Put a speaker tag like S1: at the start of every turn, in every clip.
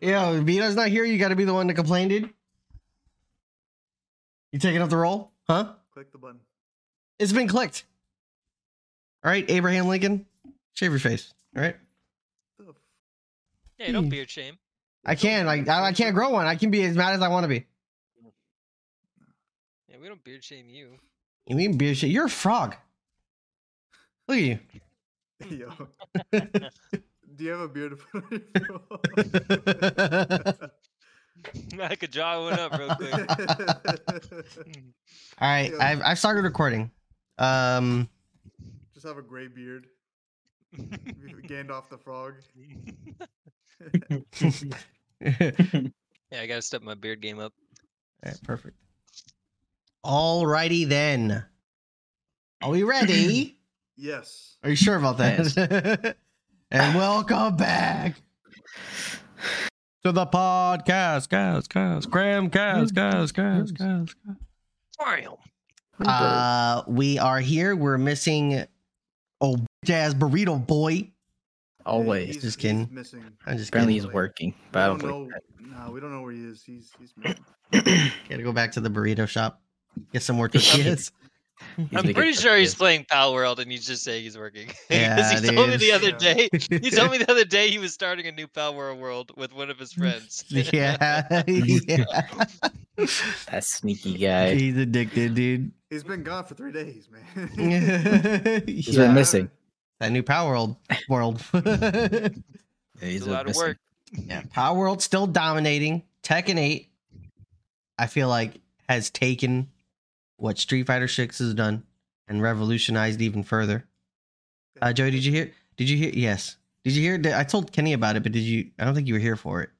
S1: Yeah, Vina's not here. You got to be the one to complain, dude. You taking up the role, huh?
S2: Click the button.
S1: It's been clicked. All right, Abraham Lincoln, shave your face. All right,
S2: The f-
S3: Hey, don't beard shame.
S1: I can't. I I I can't grow one. I can be as mad as I want to be.
S3: Yeah, we don't beard shame you.
S1: You mean beer shit? You're a frog. Look at you.
S2: Yo. Do you have a beard to put on your
S3: I could draw one up real quick.
S2: forehead?
S1: All right,
S2: Yeah.
S1: I've I've started recording. Um,
S2: Just have a gray beard. Gandalf the frog.
S1: all
S3: yeah, I gotta step my beard game up.
S1: right, perfect. All righty then. Are we ready?
S2: Yes.
S1: Are you sure about that? and welcome back to the podcast, guys, guys, Graham, guys, guys, guys, guys.
S3: Damn.
S1: Uh, we are here. We're missing oh jazz burrito boy.
S2: He's-
S4: Always.
S1: Just
S2: he's
S1: kidding.
S2: missing. We
S1: I'm just
S4: Apparently
S1: kidding.
S4: he's working, but I
S2: don't
S4: don't
S2: know.
S4: think
S2: Nah, we don't know where he is. He's he's missing.
S1: Gotta go back to the burrito shop. Get some more tortillas.
S4: he's
S3: I'm
S4: making
S3: pretty sure he's
S4: breakfast.
S3: playing Pal World and he's just saying he's working. 'Cause
S1: Yeah,
S3: he told me
S1: dude.
S3: the other
S2: Yeah.
S3: day. He told me the other day he was starting a new Pal World world with one of his friends.
S1: yeah, yeah.
S4: That sneaky guy.
S1: He's addicted, dude.
S2: He's been gone for three days, man.
S4: He's been
S1: yeah.
S2: I
S4: missing.
S2: haven't-
S1: That new Power World world.
S4: Yeah, he's
S3: it's a lot of
S4: missing.
S3: work.
S1: yeah, Power World still dominating. Tekken 8, I feel like, has taken what Street Fighter 6 has done and revolutionized even further. Uh, Joey, did you hear? Did you hear? Yes. Did you hear? I told Kenny about it, but did you? I don't think you were here for it.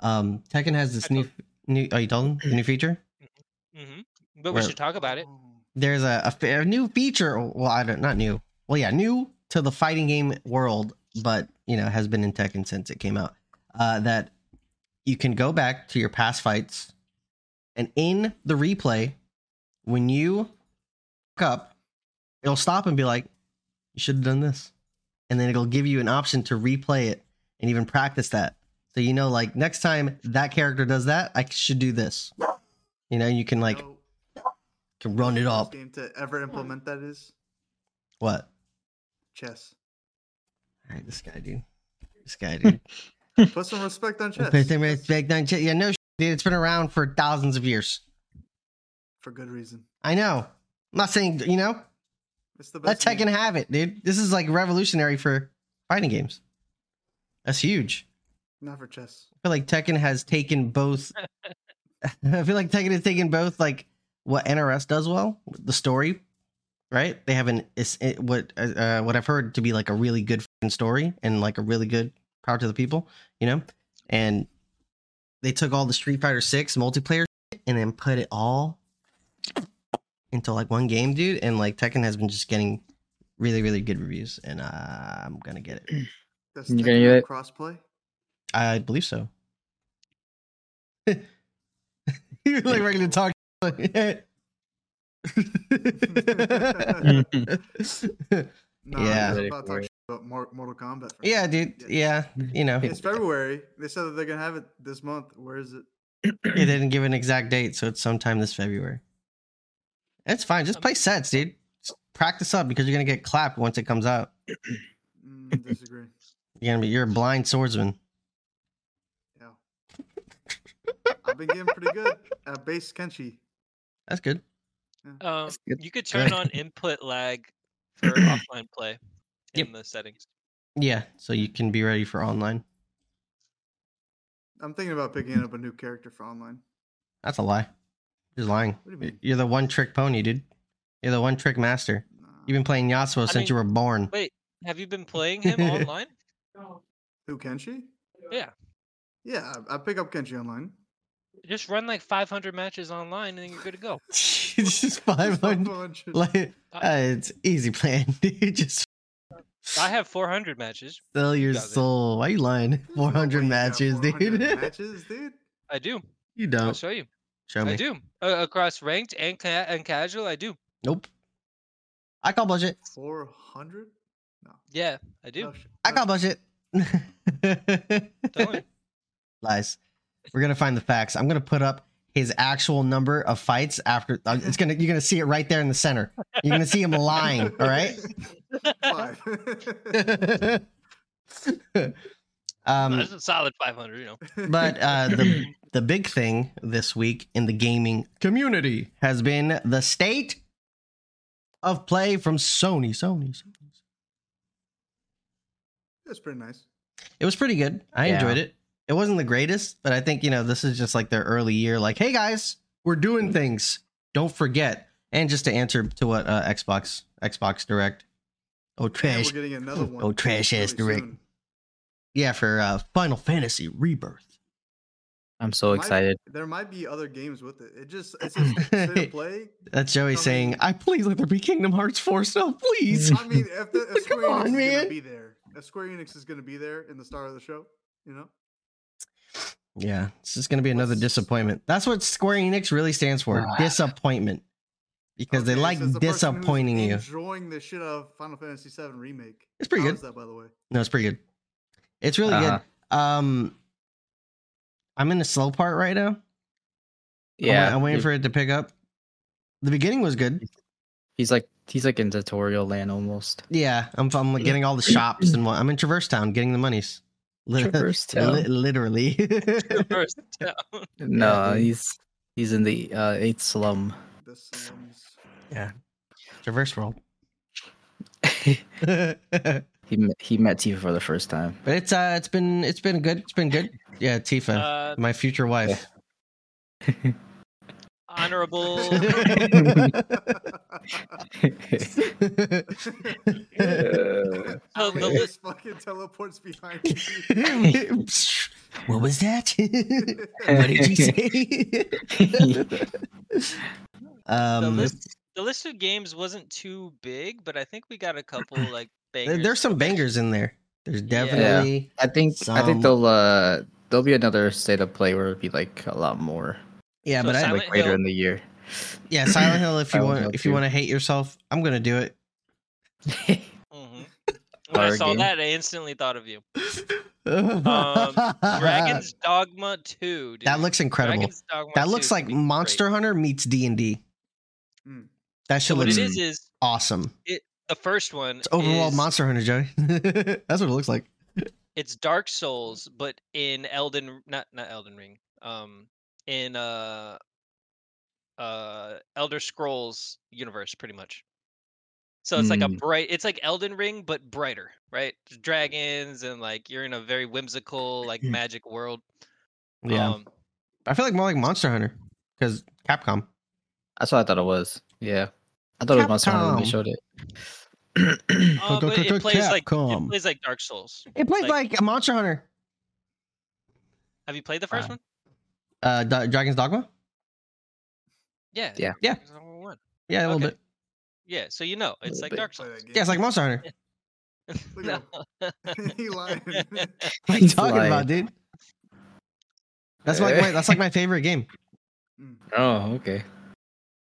S1: Um, Tekken has this
S3: I
S1: new, new. Oh, you told him the new feature.
S3: hmm But
S1: Where-
S3: we should talk about it.
S2: Oh,
S1: there's a, a fa- a new feature. Well, I don't not new. Well, yeah, new to the fighting game world, but you know has been in Tekken since it came out. Uh, that you can go back to your past fights, and in the replay, when you fuck up, it'll stop and be like, "You should have done this," and then it'll give you an option to replay it and even practice that. So you know, like next time that character does that, I should do this. You know, you can like
S2: you know
S1: can run it
S2: first
S1: up.
S2: Game to ever implement that is
S1: What?
S2: chess.
S1: All right, this guy, dude. This guy, dude.
S2: Put some respect on chess.
S1: Put them in big nine chi- yeah, no, shit, dude. It's been around for thousands of years.
S2: for good reason.
S1: I know. I'm not saying, you know,
S2: It's the
S1: let
S2: best.
S1: Tekken
S2: game.
S1: have it, dude. This is like revolutionary for fighting games. That's huge.
S2: Not for chess.
S1: I feel like Tekken has taken both. I feel like Tekken has taken both, like what NRS does well, the story, right? They have an is it, what uh, what I've heard to be like a really good fing story and like a really good power to the people, you know. And they took all the Street Fighter Six multiplayer shit and then put it all into like one game, dude. And like Tekken has been just getting really, really good reviews, and uh, I'm gonna get it.
S2: That's
S4: You gonna
S2: Tekken
S4: get it?
S2: crossplay.
S1: I believe so. You're like ready to talk.
S2: No,
S1: Yeah.
S2: yeah. about talking about Mor- Mortal Kombat. for
S1: yeah,
S2: now.
S1: dude. Yeah, you know,
S2: It's February. They said that they're gonna have it this month. Where is it?
S1: they didn't give an exact date, so it's sometime this February. It's fine. Just play sets, dude. Just practice up because you're gonna get clapped once it comes out.
S2: Mm, disagree.
S1: You're gonna be you're a blind swordsman.
S2: Yeah. I've been getting pretty good at base Kenshi.
S1: That's good.
S3: Um,
S4: That's good.
S3: you could turn on input lag for offline play in the settings.
S1: Yeah, so you can be ready for online.
S2: I'm thinking about picking up a new character for online.
S1: That's a lie. You're just lying.
S2: What do you mean?
S1: You're the one trick pony, dude. You're the one trick master.
S2: Nah.
S1: You've been playing Yasuo
S3: I
S1: since you were born.
S3: Wait, have you been playing him online?
S2: Who Kenshi?
S3: Yeah.
S2: Yeah, I, I pick up Kenshi online.
S3: Just run like 500 matches online and then you're good to go.
S1: it's just five hundred.
S2: 500.
S1: Like, uh, it's easy plan, dude. Just
S3: I have 400 matches.
S1: sell your
S3: Got it.
S1: soul. Why you lying? Four
S2: Nobody
S1: hundred
S2: got
S1: matches,
S2: 400
S1: dude.
S2: Matches, dude.
S3: I do.
S1: you
S3: I'll
S1: don't
S3: show you.
S1: show
S3: I
S1: me.
S3: do. Uh, across ranked and ca- and casual, I do.
S1: Nope. I call budget.
S2: 400?
S3: Yeah, I
S2: No
S3: do.
S2: Oh, sh-
S1: I
S2: no
S1: call budget.
S3: Telling you.
S1: Lies. We're gonna find the facts. I'm gonna put up his actual number of fights after. uh, It's gonna you're gonna see it right there in the center. You're gonna see him lying. All right.
S2: Five.
S1: um,
S3: That's a solid 500, you know.
S1: but uh, the the big thing this week in the gaming community has been the state of play from Sony. Sony. Sony.
S2: That's pretty nice.
S1: It was pretty good. I
S4: Yeah.
S1: enjoyed it. It wasn't the greatest, but I think you know this is just like their early year. Like, hey guys, we're doing things. Don't forget. And just to answer to what uh, Xbox Xbox Direct. Oh
S2: And
S1: trash.
S2: we're getting another one.
S1: oh, trash ass
S2: really
S1: direct.
S2: soon.
S1: Yeah, for uh, Final Fantasy Rebirth.
S4: I'm so
S2: Might-
S4: excited.
S2: there might be other games with it. It just it's just state of play.
S1: That's Joey
S2: Something-
S1: saying, "I please let there be Kingdom Hearts 4 stuff, please."
S2: I mean, if, the, if Square
S1: Come
S2: Enix
S1: on,
S2: is
S1: man.
S2: gonna be there, if Square Enix is gonna be there in the start of the show, you know,
S1: Yeah, this is going to be another
S2: What's-
S1: disappointment. That's what Square Enix really stands for
S4: Ah.
S1: disappointment. Because they
S2: Okay,
S1: like
S2: says the person who's
S1: disappointing you.
S2: Enjoying the shit out of Final Fantasy VII remake.
S1: It's pretty
S2: How
S1: good.
S2: is that, by the way?
S1: No, it's pretty good. It's really
S4: Uh-huh.
S1: good. Um, I'm in the slow part right now. I'm wait-
S4: Yeah,
S1: I'm, waiting for it to pick up. The beginning was good.
S4: He's like he's like in tutorial land almost.
S1: Yeah, I'm, I'm like, getting all the shops and what. I'm in Traverse Town getting the monies. Li-
S4: Traverse
S1: li-
S4: Town.
S1: literally.
S3: First uh, town.
S4: No,
S1: dude.
S4: he's he's in the uh, eighth slum.
S2: The Sims.
S1: Traverse World.
S4: he
S1: but
S4: met, he met Tifa for the first time.
S1: it's uh it's been it's been good. It's been good. Yeah, Tifa.
S3: Uh,
S1: my future wife.
S3: honorable.
S2: How
S3: the
S2: he
S3: list-
S2: just fucking teleports behind you.
S1: what was that? what did you say?
S3: the,
S1: um,
S3: list, the list of games wasn't too big, but I think we got a couple like
S1: there-
S3: bangers.
S1: there's some bangers in there. There's
S3: Yeah.
S1: definitely
S4: I think I
S1: Some-
S4: think they'll uh there'll be another state of play where it'll be like a lot more
S1: yeah,
S3: So
S1: but I,
S3: Silent-
S4: like later
S3: Hill.
S4: in the year.
S1: yeah, Silent Hill. If you
S4: Silent
S1: want,
S4: Hill
S1: if you
S4: too.
S1: want to hate yourself, I'm gonna do it.
S3: Mhm. When I
S4: Horror
S3: saw
S4: game.
S3: that, I instantly thought of you. Um, Dragon's Dogma 2. Dude.
S1: Uh, that looks incredible.
S3: Dragon's Dogma
S1: that
S3: 2
S1: looks
S3: is
S1: like
S3: gonna be great.
S1: Monster Hunter meets D and D. Hmm.
S2: Mm.
S1: That
S3: So
S1: shit
S3: what it
S1: looks
S3: is is
S1: awesome.
S3: the first one.
S1: It's overworld
S3: is-
S1: Monster Hunter, Joey. That's what it looks like.
S3: It's Dark Souls, but in Elden, not not Elden Ring. Um, in uh, uh, Elder Scrolls universe, pretty much. So it's like a
S4: Mm.
S3: bright. It's like Elden Ring, but brighter, right? Dragons and like you're in a very whimsical, like magic world.
S1: Yeah,
S3: Um,
S1: I feel like more like Monster Hunter because Capcom.
S4: That's what I thought it was. Yeah. I thought it was Monster Hunter when they
S1: Capcom.
S4: showed it.
S3: uh, but it plays like it
S1: Capcom.
S3: plays like Dark Souls.
S1: It plays
S3: Like-
S1: like, a Monster Hunter.
S3: Have you played the first
S4: Wow.
S3: one?
S1: Uh, D- Dragon's Dogma.
S3: Yeah.
S4: Yeah.
S1: Yeah.
S3: Dark Souls one.
S1: Yeah, a little
S3: Okay.
S1: bit.
S3: Yeah. So you know, it's
S4: little
S3: like
S4: bit.
S3: Dark
S2: Play
S3: Souls.
S2: that game.
S1: Yeah, it's like Monster Hunter. What
S2: Look at him. he lying.
S1: are you
S4: He's
S1: talking
S4: lying.
S1: about, dude? That's like my, that's like my favorite game.
S4: Oh, okay.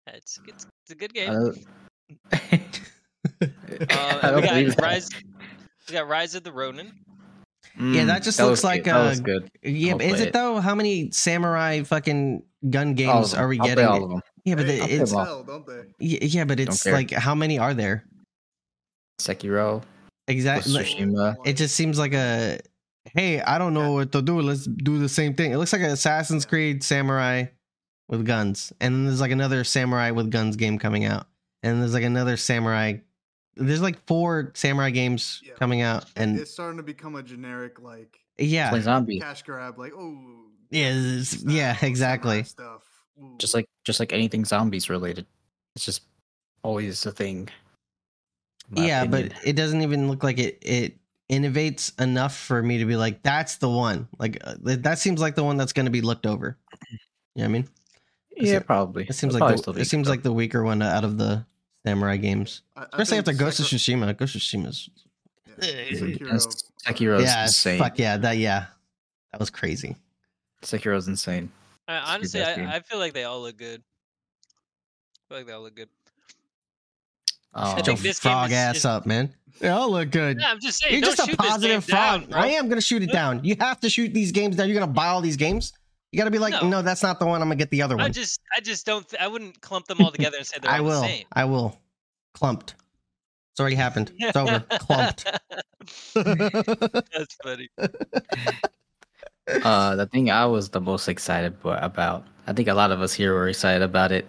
S3: It's, it's it's a good game.
S4: I don't,
S3: Uh,
S4: I
S3: and we
S4: don't believe
S3: got
S4: that.
S3: Rise. We got Rise of the Ronin.
S1: Yeah, that just looks
S4: was
S1: like,
S4: good. Mm, that was
S1: uh,
S4: good.
S1: Yeah,
S4: I'll
S1: but is
S4: play
S1: it
S4: it.
S1: though? How many samurai fucking gun
S4: All of
S1: games
S4: them.
S1: are we
S4: I'll play
S1: getting?
S4: all of them.
S1: Yeah, but
S2: They
S1: the-
S4: I'll play
S1: it's
S4: them all.
S2: sell, don't they?
S1: yeah, yeah, but it's
S4: care.
S1: like how many are there
S4: Sekiro,
S1: exactly?
S4: Tsushima.
S1: It just seems like a hey, I don't know what to do. Let's do the same thing. It looks like an Assassin's
S2: Yeah.
S1: Creed samurai with guns, and then there's like another samurai with guns game coming out, and there's like another samurai. There's like four samurai games
S2: Yeah.
S1: coming out, and
S2: It's starting to become a generic like
S1: yeah,
S4: play zombie.
S2: cash grab. Like oh
S1: yeah, it's- yeah,
S2: style, samurai
S1: exactly.
S2: Stuff. Ooh.
S4: Just like just like anything zombies related. It's just always a thing. in my
S1: Yeah, but
S4: opinion.
S1: it doesn't even look like it. It innovates enough for me to be like, that's the one. Like uh, th- that seems like the one that's going to be looked over. You know what I mean?
S4: yeah, probably.
S1: It seems
S4: It'll
S1: like
S4: probably
S1: the,
S4: still
S1: it
S4: be
S1: seems
S4: good,
S1: like the weaker one out of the samurai games,
S2: I- I
S1: especially
S2: think
S1: after Ghost of
S2: Sekiro-
S1: Shishima. Ghost of Shishima's
S4: though.
S2: Yeah,
S4: And
S2: Sekiro.
S4: S- Sekiro's
S1: yeah,
S4: insane.
S1: fuck yeah, that yeah, that was crazy.
S4: Sekiro's insane.
S3: Uh,
S4: your
S3: honestly,
S4: best game.
S3: I, I feel like they all look good. I feel like they all look good.
S1: Shut
S4: Um,
S1: your
S4: Oh.
S3: think this game
S1: frog
S3: is-
S1: ass
S3: is-
S1: up, man. They all look good.
S3: Yeah, I'm just saying.
S1: You're
S3: don't
S1: just a
S3: shoot this game
S1: positive
S3: down,
S1: frog.
S3: bro.
S1: I am gonna shoot it down. You have to shoot these games down. You're gonna buy all these games. You gotta be like, no,
S3: No.
S1: that's not the one. I'm gonna get the other
S3: I
S1: one.
S3: just, I just don't. Th- I wouldn't clump them all together and say they're all
S1: I will.
S3: the same.
S1: I will. Clumped. It's already happened. It's over. Clumped.
S3: That's funny.
S4: Uh, the thing I was the most excited bo- about, I think a lot of us here were excited about it.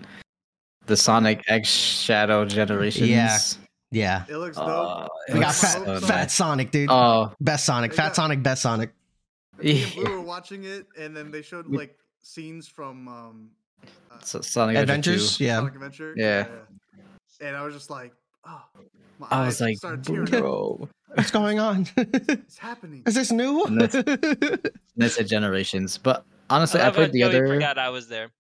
S4: The Sonic X Shadow Generations.
S1: yeah.
S2: It looks dope.
S4: Uh, it
S1: We got
S4: looks
S1: fat,
S4: so
S1: fat
S4: nice.
S1: Sonic, dude.
S4: Oh,
S1: best Sonic.
S2: They
S1: Fat
S2: got-
S1: Sonic. Best Sonic.
S2: Me and Blue
S4: yeah.
S2: were watching it, and then they showed
S4: We-
S2: like scenes from um, uh,
S4: So- Sonic Adventure
S1: Adventures.
S4: 2.
S1: Yeah.
S2: Sonic Adventure.
S4: Yeah.
S2: yeah. And I was just like, oh, my
S4: I
S2: eyes
S4: was like,
S2: started tearing up.
S4: bro.
S1: What's going on?
S2: It's happening.
S1: Is this new?
S4: And That's a Generations. But honestly,
S3: I,
S4: I,
S3: love how
S4: played the
S3: Joey
S4: other.
S3: Forgot I was there.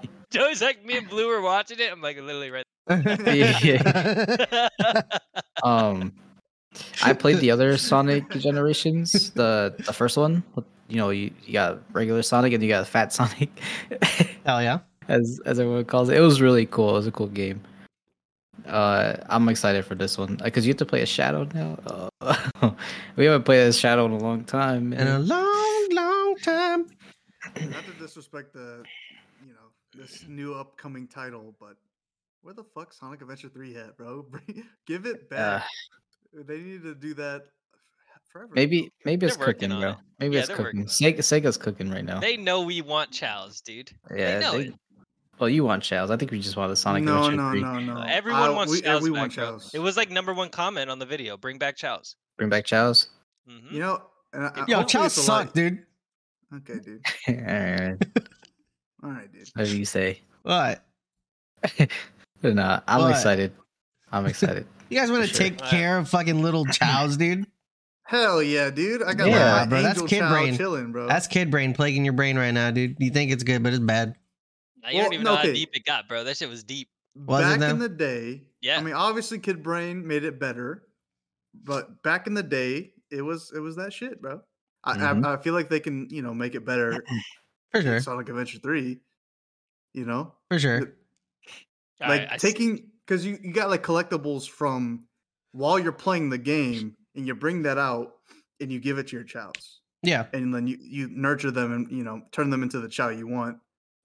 S3: Joey's like me and Blue were watching it. I'm like literally right.
S4: um, I played the other Sonic Generations, the the first one. with- You know, you, you got regular Sonic and you got Fat Sonic,
S1: Hell yeah.
S4: as as everyone calls it. It was really cool. It was a cool game. Uh, I'm excited for this one because you have to play a Shadow now. Uh, we haven't played a Shadow in a long time.
S1: In a
S4: man.
S1: long, long time.
S2: Not to disrespect the, you know, this new upcoming title, but where the fuck Sonic Adventure 3 at, bro? Bring- Give it
S4: Uh,
S2: back. they need to do that f- forever.
S4: maybe maybe it's
S3: They're working
S4: cooking,
S3: on
S4: bro.
S3: it.
S4: Maybe
S3: Yeah,
S4: it's
S3: they're working
S4: cooking.
S3: on
S4: Sega, Sega's cooking right now.
S3: They know we want chows, dude.
S4: yeah.
S3: know it.
S4: Well, you want Shadows. I think we just want the Sonic
S2: no,
S4: Adventure
S2: no,
S4: 3.
S2: no, no.
S3: Everyone
S2: I-
S3: wants
S2: we,
S3: chows.
S2: We
S3: back,
S2: want
S3: bro.
S2: chows.
S3: It was like number one comment on the video. Bring back chows.
S4: Bring back Shadows.
S3: hmm
S2: you know, and I, I-
S1: Yo,
S2: hopefully
S1: Chow
S2: it's a light.
S1: sucked, dude.
S2: Okay, dude.
S4: All right,
S2: All right, dude.
S4: whatever you say.
S1: What?
S4: But nah, I'm
S1: What?
S4: excited. I'm excited.
S1: You guys want to
S4: For sure.
S1: take
S3: Wow.
S1: care of fucking little chows, dude?
S2: Hell yeah, dude. I got
S4: Yeah,
S2: my
S1: bro, that's
S2: angel
S1: kid
S2: child
S1: brain.
S2: chilling, bro.
S1: That's kid brain plaguing your brain right now, dude. You think it's good, but it's bad.
S3: Now, you
S2: Well,
S3: don't even
S2: no,
S3: know how
S2: okay.
S3: deep it got, bro. That shit was deep.
S1: Was it
S2: back in
S1: though?
S2: the day,
S3: Yeah.
S2: I mean, obviously, Kid Brain made it better, but back in the day, it was it was that shit, bro. I
S4: Mhm.
S2: I, I feel like they can you know make it better.
S1: Mm-hmm. For
S2: in
S1: sure.
S2: Sonic Adventure Three, you know,
S1: For sure.
S3: All
S2: like
S3: right, I s-
S2: taking because you you got like collectibles from while you're playing the game, and you bring that out and you give it to your childs,
S1: Yeah.
S2: and then you you nurture them and you know turn them into the chow you want.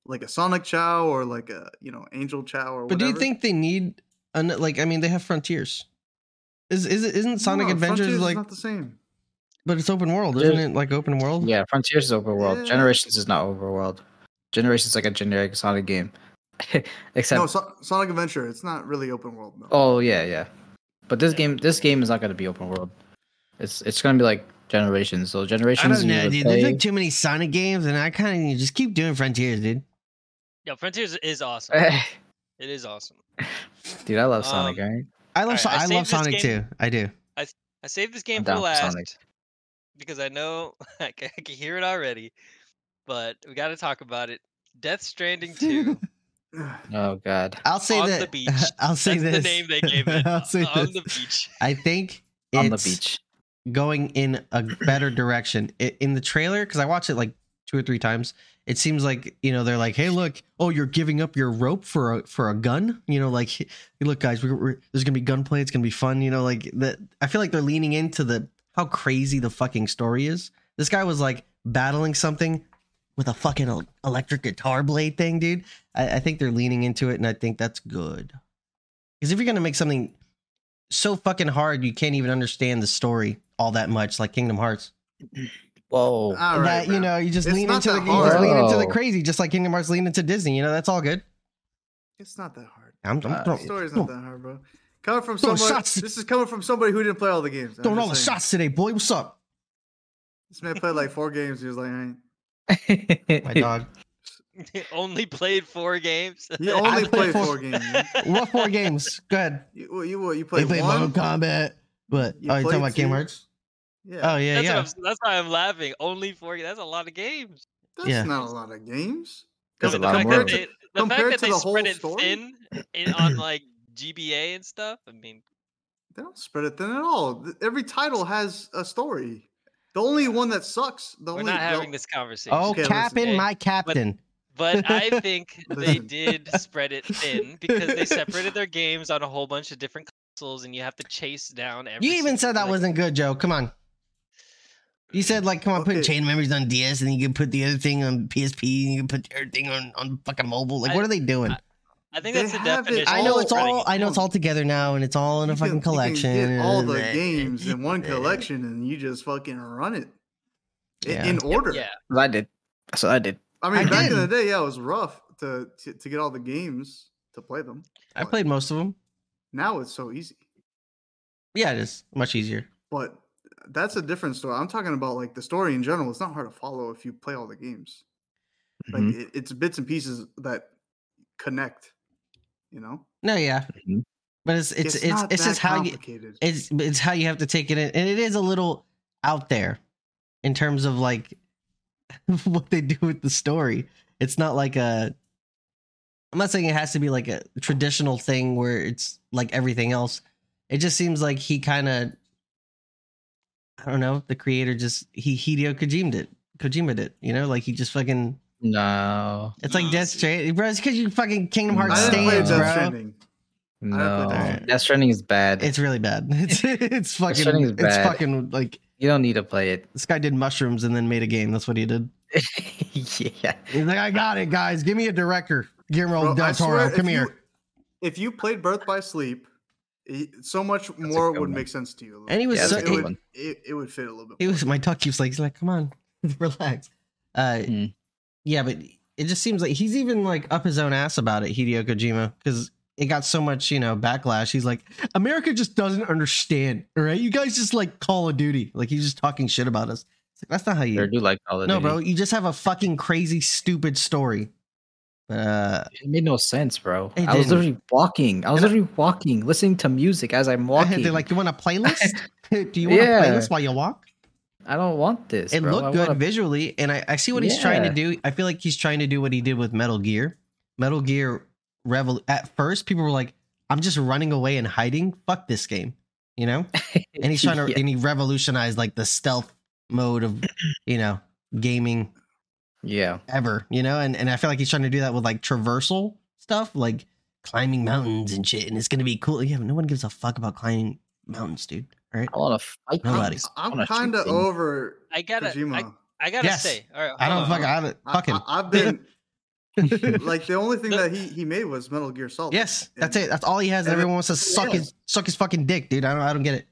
S2: Like a Sonic Chow or like a you know Angel Chow or
S1: But do you
S2: whatever.
S1: think they need an like I mean they have frontiers. Is is it isn't Sonic
S2: No,
S1: Adventures
S2: Frontiers is
S1: like
S2: not the same.
S1: but it's open world, isn't
S4: There's-
S1: it? Like open world?
S4: yeah, Frontiers is overworld.
S2: Yeah.
S4: Generations is not overworld. Generations is like a generic Sonic game. Except
S2: no, so- Sonic Adventure. It's not really open world. No.
S4: oh yeah, yeah. But this
S3: Yeah.
S4: game this game is not gonna be open world. It's it's gonna be like generations. So
S1: I
S4: generations
S1: don't
S4: you
S1: know,
S4: would
S1: dude.
S4: play-
S1: There's like too many Sonic games, and I kind of just keep doing Frontiers, dude.
S3: Yo, Frontiers is awesome. it is awesome.
S4: Dude, I love Sonic,
S3: Um,
S4: right?
S1: I love
S3: Alright,
S1: so-
S3: I
S1: I
S3: saved
S1: love
S3: this
S1: Sonic
S3: game.
S1: too. I do.
S3: I saved this game
S4: I'm
S3: for
S4: down for
S3: last
S4: Sonic.
S3: because I know I can, I can hear it already, but we got to talk about it. Death Stranding 2.
S4: Oh god.
S1: I'll say
S3: On the
S1: that.
S3: beach.
S1: I'll say
S3: That's
S1: this.
S3: the name they gave it.
S1: I'll say
S3: on
S1: this.
S3: the beach.
S1: I think it's
S4: On the beach.
S1: going in a better direction I in the trailer because I watched it like two or three times. It seems like you know they're like, hey, look, oh, you're giving up your rope for a for a gun. You know, like, "Hey, look, guys, we're, we're, there's gonna be gunplay. It's gonna be fun. You know, like that. I feel like they're leaning into the how crazy the fucking story is. This guy was like battling something with a fucking el- electric guitar blade thing, dude. I, I think they're leaning into it, and I think that's good. Because if you're gonna make something so fucking hard you can't even understand the story all that much, like Kingdom Hearts.
S4: Whoa.
S2: All right,
S1: that you
S2: bro.
S1: know, you just
S2: It's
S1: lean
S2: not
S1: into the
S2: that
S1: you just lean into the
S4: hard.
S1: crazy, just like Kingdom Hearts lean into Disney. You know, that's all good.
S2: it's not that hard.
S1: I'm, I'm
S4: Uh,
S2: The
S1: throwing,
S2: story's
S1: throw-
S2: not that hard, bro. Coming from
S1: Throwing
S2: somebody,
S1: Oh. shots.
S2: this is coming from somebody who didn't play all the games. I'm
S1: throwing
S2: just
S1: all the
S2: saying.
S1: shots today, boy. What's up,
S2: This man played like four games. He was like, I ain't.
S1: my dog?
S3: Only played four games.
S2: you only
S1: played
S2: played
S1: four-
S2: four, games. man.
S1: what four games? Go ahead.
S2: You well, you well, you
S1: They
S2: played
S1: play
S2: one.
S1: Mortal Kombat. What?
S2: You
S1: oh, you talking
S2: played
S1: about Kingdom
S2: two?
S1: Hearts?
S2: Yeah,
S1: Oh yeah,
S3: that's,
S1: yeah.
S3: what I'm, that's why I'm laughing. Only four. That's a lot of games.
S2: that's
S1: yeah.
S2: not a lot of games.
S4: That's
S3: The
S4: a lot
S3: fact
S4: more.
S3: that they- The fact
S2: compared
S3: that
S2: to
S3: they
S2: the whole
S3: spread it
S2: story?
S3: thin in, on like GBA and stuff. I mean,
S2: They don't spread it thin at all. Th- Every title has a story. The only one that sucks. The
S3: we're
S2: only
S3: not
S2: the-
S3: having this conversation.
S1: oh,
S2: Okay, listen,
S1: Captain,
S3: hey,
S1: my captain.
S3: But I think they
S2: Listen.
S3: did spread it thin because they separated their games on a whole bunch of different Souls, and you have to chase down. Every
S1: You even
S3: single-
S1: said that
S3: like-
S1: wasn't good, Joe. Come on. You said like, come on, put
S2: Okay.
S1: chain memories on DS, and then you can put the other thing on PSP, and you can put everything on on fucking mobile. Like,
S3: I-
S1: what are they doing? I,
S3: I think
S2: They
S3: that's the
S2: have it
S3: definition.
S2: I
S1: know
S3: of
S1: it's
S3: running
S1: all.
S3: it.
S1: I know it's all together now, and it's all in a
S2: You can-
S1: fucking collection.
S2: You can get all the
S1: and-
S2: games in one collection, and you just fucking run it I-
S1: Yeah.
S2: in order.
S3: Yeah,
S4: I did. That's what I did.
S2: I mean,
S1: I
S2: back in the
S1: did.
S2: day, yeah, it was rough to, to to get all the games to play them.
S1: I
S2: but
S1: played most of them.
S2: Now it's so easy,
S1: Yeah, it is much easier.
S2: but that's a different story. I'm talking about like the story in general. It's not hard to follow if you play all the games. Like
S1: Mm-hmm.
S4: Mhm.
S2: it, it's bits and pieces that connect. You know,
S1: No, yeah,
S3: Mm-hmm.
S4: Mhm.
S1: but it's it's it's it's, just how you
S2: complicated.
S1: it's it's how you have to take it in, and it is a little out there in terms of like what they do with the story. It's not like a. I'm not saying it has to be like a traditional thing where it's like everything else. It just seems like he kind of, I don't know, the creator just he Hideo Kojimed it, Kojimed it. You know, like he just fucking.
S4: No.
S1: It's like Death Stranding, bro. It's because you fucking Kingdom
S4: I
S1: Hearts
S2: I didn't play
S1: stands,
S2: Death
S4: Death
S1: bro.
S2: Stranding.
S4: No.
S2: I played
S1: Death
S4: Death Stranding is bad.
S1: It's really bad. It's it's fucking
S4: Stranding is
S1: it's
S4: bad.
S1: fucking like
S4: you don't need to play it.
S1: this guy did mushrooms and then made a game. That's what he did.
S4: yeah.
S1: He's like, I got it, guys. Give me a director. Guillermo
S2: Bro, I
S1: Oh, del Toro.
S2: swear,
S1: Come
S2: if you-
S1: here.
S2: if you played Birth by Sleep, i- so much
S4: a
S2: more
S4: good
S2: would
S4: one.
S2: make sense to you. a little
S1: And he
S2: bit.
S1: was
S4: Yeah,
S1: so,
S4: that's
S2: it,
S4: a good
S1: he,
S4: one.
S2: would, it, it would fit a little bit.
S1: he
S2: more.
S1: was my duck keeps like he's like, come on, relax. Uh,
S4: Hmm.
S1: yeah, but it just seems like he's even like up his own ass about it, Hideo Kojima, because it got so much you know backlash. He's like, America just doesn't understand. All right, you guys just like Call of Duty. Like he's just talking shit about us. It's like, That's not how you.
S4: Sure do like Call of
S1: no,
S4: Duty.
S1: bro, you just have a fucking crazy, stupid story. But uh,
S4: It made no sense, bro.
S1: It
S4: I was
S1: didn't.
S4: literally walking. I was literally walking, listening to music as I'm walking.
S1: they're like, you want a playlist? Do you want
S4: Yeah.
S1: a playlist while you walk?
S4: I don't want this.
S1: it
S4: bro. I
S1: looked good
S4: wanna-
S1: visually and I, I see what he's trying to do i feel like he's trying to do what he did with metal gear metal gear revel at first people were like i'm just running away and hiding fuck this game you know and he's trying to
S4: Yeah.
S1: and he revolutionized like the stealth mode of you know gaming
S4: yeah.
S1: ever you know and, and i feel like he's trying to do that with like traversal stuff like climbing mountains and shit and it's gonna be cool yeah no one gives a fuck about climbing mountains dude all right
S4: I want to fight.
S1: No,
S4: things.
S1: buddy.
S4: I
S2: I'm
S4: wanna shoot
S2: kind of
S4: things.
S2: over
S3: I gotta.
S2: Kojima.
S3: I, I gotta
S1: Yes.
S3: say. All right,
S1: i
S3: hold
S1: don't
S3: on,
S4: Uh-huh.
S1: fucking i don't fucking
S2: I, have been like the only thing that he he made was Metal Gear Solid.
S1: Yes, that's
S2: And
S1: it. That's all he has.
S2: and
S1: and Everyone wants to suck
S2: else.
S1: his suck his fucking dick, dude. I don't I don't get it.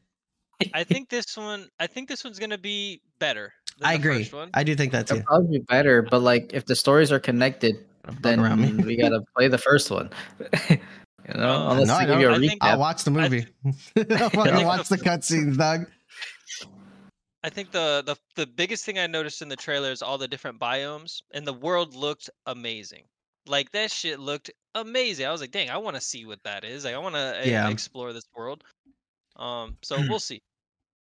S3: I think this one. I think this one's gonna be better. than
S1: I
S3: the
S1: agree.
S3: First one.
S1: I do think that
S4: It'll
S1: too.
S4: probably be better, but like if the stories are connected,
S1: Fuck
S4: then
S1: around me.
S4: we gotta play the first one. you know,
S3: Uh,
S4: unless
S1: no, I
S4: they give you a
S3: don't. I
S4: recap.
S3: think-
S1: I'll watch the movie. I'll fucking
S3: think
S1: watch the
S3: the-
S1: cutscenes, dog.
S3: I think the, the the biggest thing I noticed in the trailer is all the different biomes, and the world looked amazing. Like that shit looked amazing. I was like, dang, I want to see what that is. Like, I want to
S1: Yeah. Mm.
S3: explore this world. Um, so we'll see.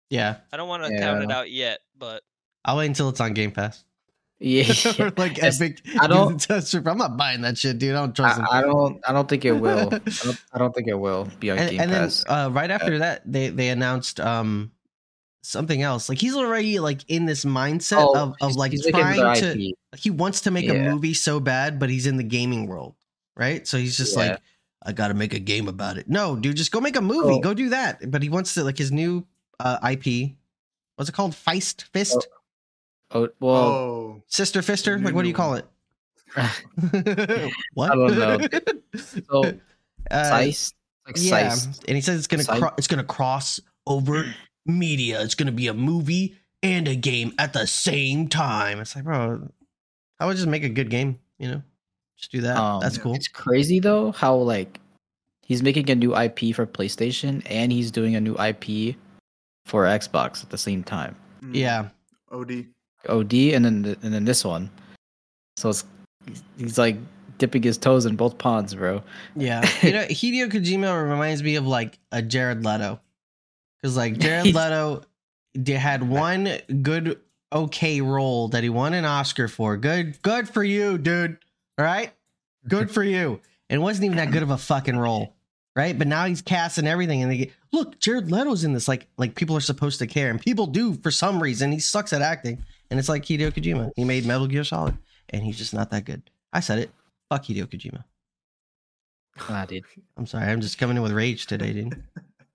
S1: Yeah,
S3: I don't want to count it out yet, but
S1: I'll wait until it's on Game Pass.
S4: yeah,
S1: Or, like
S4: It's-
S1: Epic.
S4: I don't-
S1: gives it to us for- I'm not buying that shit, dude. I don't trust
S4: I,
S1: them.
S4: I don't. I don't think it will. I don't, I don't think it will be on
S1: and,
S4: Game
S1: and then
S4: Pass.
S1: uh, right after that, they they announced um something else. Like he's already like in this mindset
S4: Oh,
S1: of of
S4: he's-
S1: like
S4: he's looking for
S1: trying to.
S4: IP.
S1: he wants to make a
S4: Yeah.
S1: movie so bad, but he's in the gaming world, right? So he's just
S4: Yeah.
S1: like, I gotta make a game about it. No, dude, just go make a movie.
S4: Oh.
S1: Go do that. But he wants to like his new uh, IP. What's it called? Feist, fist,
S4: Oh well,
S2: Oh,
S1: sister, fister.
S2: new
S1: Like, what do you
S2: new
S1: call it? what?
S4: I don't know. so
S1: Uh,
S4: Seist, like
S1: yeah,
S4: Seist.
S1: and he says it's gonna
S4: Sice.
S1: cro- it's gonna cross over media. It's gonna be a movie and a game at the same time. It's like, bro, I would just make a good game. You know, just do that.
S4: Um,
S1: That's cool.
S4: It's crazy though how like he's making a new IP for PlayStation and he's doing a new IP for Xbox at the same time.
S2: mm,
S1: Yeah,
S2: OD.
S4: OD and then th- and then this one. So it's he's- he's like dipping his toes in both ponds, bro.
S1: yeah. You know, Hideo Kojima reminds me of like a Jared Leto, because like Jared Leto d- had one good, okay role that he won an Oscar for. Good, good for you, dude. All right, good for you. And it wasn't even that good of a fucking role, right? But now he's casting everything, and they get look, Jared Leto's in this. Like, like people are supposed to care, and people do for some reason. He sucks at acting, and it's like Hideo Kojima. He made Metal Gear Solid, and he's just not that good. I said it. Fuck Hideo Kojima.
S4: Nah, dude.
S1: I'm sorry. I'm just coming in with rage today, dude.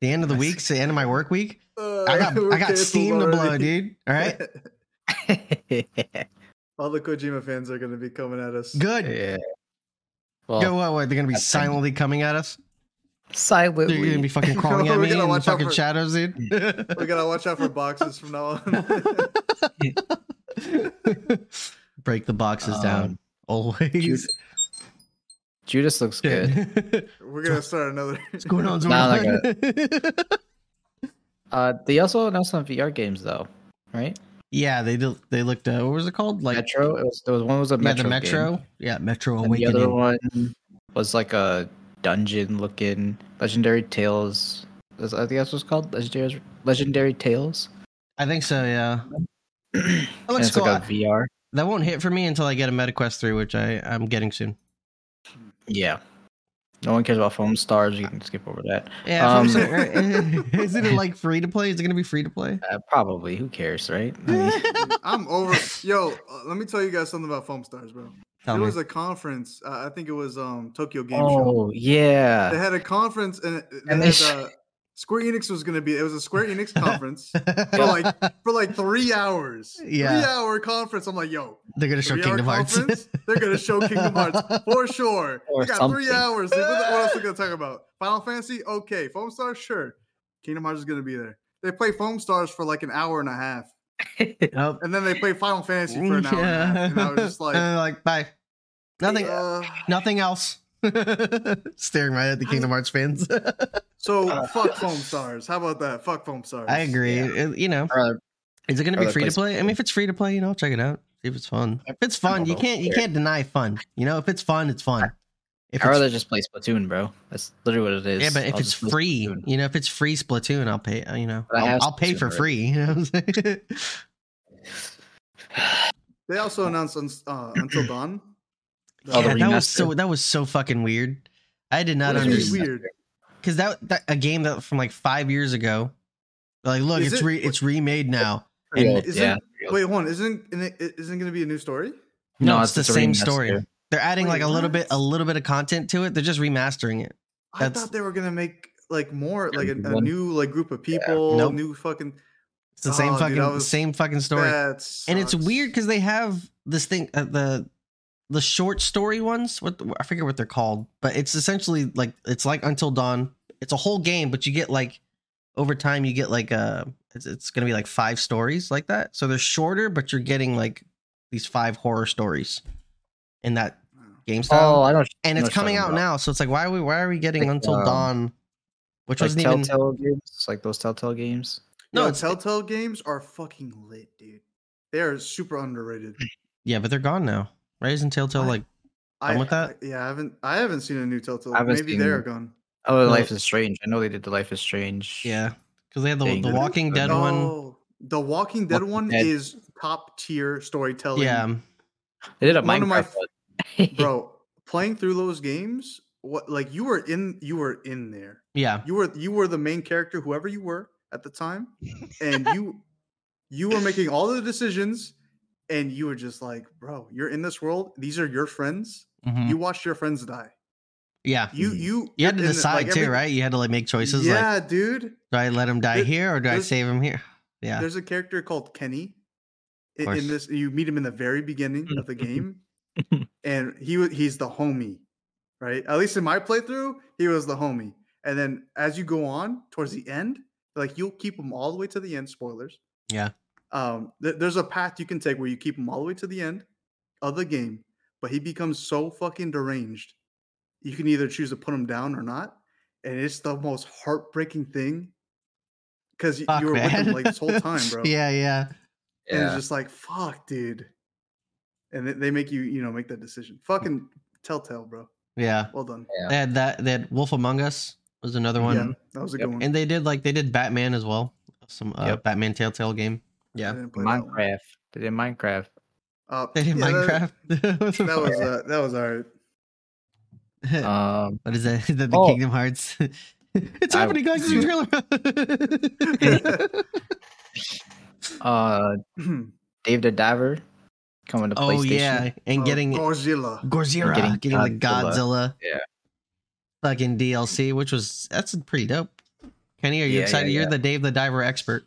S1: the end of the
S4: I
S1: week, it's the end of my work week.
S2: Uh,
S1: I got
S2: we're
S1: I got
S2: canceled
S1: steam to blow,
S2: already.
S1: dude. All right,
S2: All the Kojima fans are going to be coming at us.
S1: good.
S4: yeah. Well,
S1: Yo, what, what? They're gonna be
S4: I think-
S1: silently coming at us. They're
S4: silently.
S1: gonna be fucking crawling at
S2: We're
S1: me
S2: gonna
S1: in the
S2: watch out
S1: fucking
S2: for-
S1: shadows, dude.
S2: We gotta watch out for boxes from now on.
S1: Break the boxes down
S4: Um,
S1: always.
S4: Judas looks good.
S2: We're gonna start another.
S1: What's going on,
S4: Nah, I
S1: Zorn?
S4: Uh, they also announced some VR games though, right?
S1: yeah, they did, they looked. Uh, what was it called? Like
S4: Metro. It was, there was one was a
S1: yeah,
S4: Metro.
S1: the
S4: game,
S1: Metro. Yeah, Metro
S4: and the other
S1: Awakening.
S4: one was like a dungeon looking Legendary Tales. that's- I think that's what it's called. Legendary Legendary Tales.
S1: I think so. Yeah,
S4: and
S1: that looks
S4: it's
S1: cool.
S4: like a VR.
S1: that won't hit for me until I get a MetaQuest three, which I I'm getting soon.
S4: Yeah. No one cares about foam stars. You can skip over that.
S1: Yeah, if I'm
S4: Um,
S1: saying- right, isn't it like free to play? Is it gonna be free to play?
S4: Uh, probably. Who cares, right? I mean,
S2: I'm over. Yo, uh, let me tell you guys something about Foam Stars, bro.
S1: Tell
S2: there
S1: me.
S2: was a conference. Uh, I think it was um Tokyo Game Show.
S4: oh
S2: They
S4: yeah.
S2: had a conference, and, it- they
S4: And they
S2: had,
S4: sh-
S2: uh, Square Enix was gonna be. It was a Square Enix conference for like for like three hours.
S1: Yeah.
S2: three hour conference. I'm like, yo,
S1: They're gonna show
S2: three
S1: Kingdom
S2: hour
S1: Hearts.
S2: conference. They're gonna show Kingdom Hearts for sure.
S4: Or
S2: we got three
S4: something.
S2: hours. Like, what, the- what else are we gonna talk about? Final Fantasy, okay. Foam Stars, sure. Kingdom Hearts is gonna be there. They play Foam Stars for like an hour and a half,
S1: Nope.
S2: and then they play Final Fantasy for an hour and a half. And I was just like,
S1: And they're like, bye. Nothing.
S2: uh,
S1: nothing else. Staring right at the Kingdom Hearts fans.
S2: so
S4: Uh,
S2: fuck Foam Stars. How about that? Fuck Foam Stars.
S1: I agree.
S4: Yeah.
S1: It- you know,
S4: Uh,
S1: is it going to be
S4: Other
S1: free to
S4: places.
S1: play? I mean, if it's free to play, you know, check it out. See if it's fun. If it's fun,
S4: don't
S1: you
S4: know.
S1: can't you
S4: Fair.
S1: can't deny fun. You know, if it's fun, it's fun. If
S4: I'd rather
S1: it's,
S4: just play Splatoon, bro. That's literally what it is.
S1: yeah, but if
S4: I'll
S1: it's
S4: just play
S1: free,
S4: Splatoon.
S1: you know, if it's free Splatoon, I'll pay. You know,
S4: But I
S1: I'll,
S4: have
S1: I'll pay
S4: Splatoon
S1: for
S4: already.
S1: free. You know what I'm saying?
S2: They also announced un- uh, Until Dawn.
S4: Oh,
S1: yeah,
S4: the
S1: that was
S4: remaster.
S1: so that was so fucking weird. I did not
S2: What do you mean
S1: understand.
S2: weird.
S1: because that, that a game that from like five years ago. Like, look,
S2: Is
S1: it's
S2: it-
S1: re, it's remade now.
S4: Real,
S1: And
S2: is
S4: yeah.
S2: it- Wait, hold on. Isn't isn't going to be a new story?
S1: No,
S4: No,
S1: it's,
S4: it's
S1: the
S4: a
S1: same
S4: remaster.
S1: story. They're adding
S2: Wait,
S1: like a little bit a
S2: what?
S1: little bit of content to it. They're just remastering it.
S2: I
S1: That's-
S2: thought they were gonna make like more like a, a
S4: One-
S2: new like group of people,
S1: Nope.
S2: new fucking.
S1: It's the same
S2: Oh, dude,
S1: fucking
S2: I was-
S1: same fucking story.
S2: That
S1: and it's
S2: sucks.
S1: weird because they have this thing uh, the the short story ones. What I forget what they're called, but it's essentially like it's like Until Dawn. It's a whole game, but you get like over time you get like uh it's, it's gonna be like five stories like that. So they're shorter, but you're getting like these five horror stories in that game style.
S4: Oh, I don't.
S1: and it's
S4: know what you're
S1: coming out
S4: talking
S1: now, so it's like why are we why are we getting
S4: Like,
S1: Until
S4: um,
S1: Dawn, which
S4: Like
S1: wasn't even
S4: Telltale games, like those Telltale games.
S1: No,
S2: No,
S1: it's-
S2: Telltale games are fucking lit, dude. They are super underrated.
S1: yeah, but they're gone now. Right? Isn't Telltale
S2: What?
S1: like
S2: I,
S1: with that?
S2: I- yeah, I haven't. I haven't seen a new Telltale.
S4: I haven't
S2: Maybe
S4: seen-
S2: they're gone.
S4: Oh,
S1: Well-
S4: Life is Strange. I know they did the Life is Strange.
S1: yeah because they had the
S4: Dang,
S1: the
S4: did they?
S1: Walking Dead
S2: no,
S1: one.
S2: the Walking Dead
S4: Walking
S2: one
S4: Dead.
S2: is top tier storytelling.
S1: Yeah,
S4: They did a
S2: One of my
S4: Minecraft one.
S2: bro. Playing through those games, what like you were in? You were in there.
S1: yeah.
S2: you were you were the main character whoever you were at the time and you you were making all the decisions and you were just like bro you're in this world these are your friends
S1: mhm,
S2: you watched your friends die
S1: yeah.
S2: you
S4: Mhm.
S2: you
S1: Mm-hmm. You had to
S2: and, like,
S1: decide too,
S2: every-
S1: right? You had to like make choices.
S2: yeah
S1: Like,
S2: dude
S1: do I let him die
S2: There-
S1: here or do I
S2: there's-
S1: save him here? Yeah,
S2: there's a character called kenny i- in,
S1: course. Mm-hmm.
S2: this you meet him in the very beginning of the game and he wa- he's the homie right at least in my playthrough he was the homie and then as you go on towards the end like you'll keep him all the way to the end spoilers
S1: Yeah.
S2: um th- there's a path you can take where you keep him all the way to the end of the game but he becomes so fucking deranged you can either choose to put him down or not and it's the most heartbreaking thing because you
S1: Fuck,
S2: were
S1: man.
S2: with him like this whole time bro
S1: yeah, yeah.
S2: and it's just like fuck dude and they, they make you you know make that decision
S1: Mm.
S2: fucking telltale bro
S1: Yeah,
S2: well done
S4: Yeah.
S1: they had that. They had Wolf Among Us was another one,
S2: yeah that was a
S4: Yep.
S2: good one
S1: and they did like they did Batman as well. Some uh,
S4: Yep.
S1: Batman Telltale game.
S2: I
S1: Yeah,
S2: didn't play that one.
S4: Minecraft. They did Minecraft.
S2: Uh,
S1: they did
S2: yeah,
S1: Minecraft.
S2: that, that uh, was uh, that was all right
S4: Um,
S1: What is that? Is that the
S4: Oh.
S1: Kingdom Hearts? it's
S4: I-
S1: happening, guys! It's a trailer.
S4: uh, Dave the Diver coming to
S1: oh
S4: PlayStation.
S1: yeah, and
S2: Oh,
S1: getting
S2: Godzilla.
S1: Godzilla,
S4: And
S1: getting,
S4: getting
S1: the Godzilla,
S4: Godzilla. Yeah.
S1: fucking DLC, which was that's pretty dope. Kenny, are you
S4: Yeah, yeah,
S1: excited? You're
S4: yeah.
S1: the Dave the Diver expert.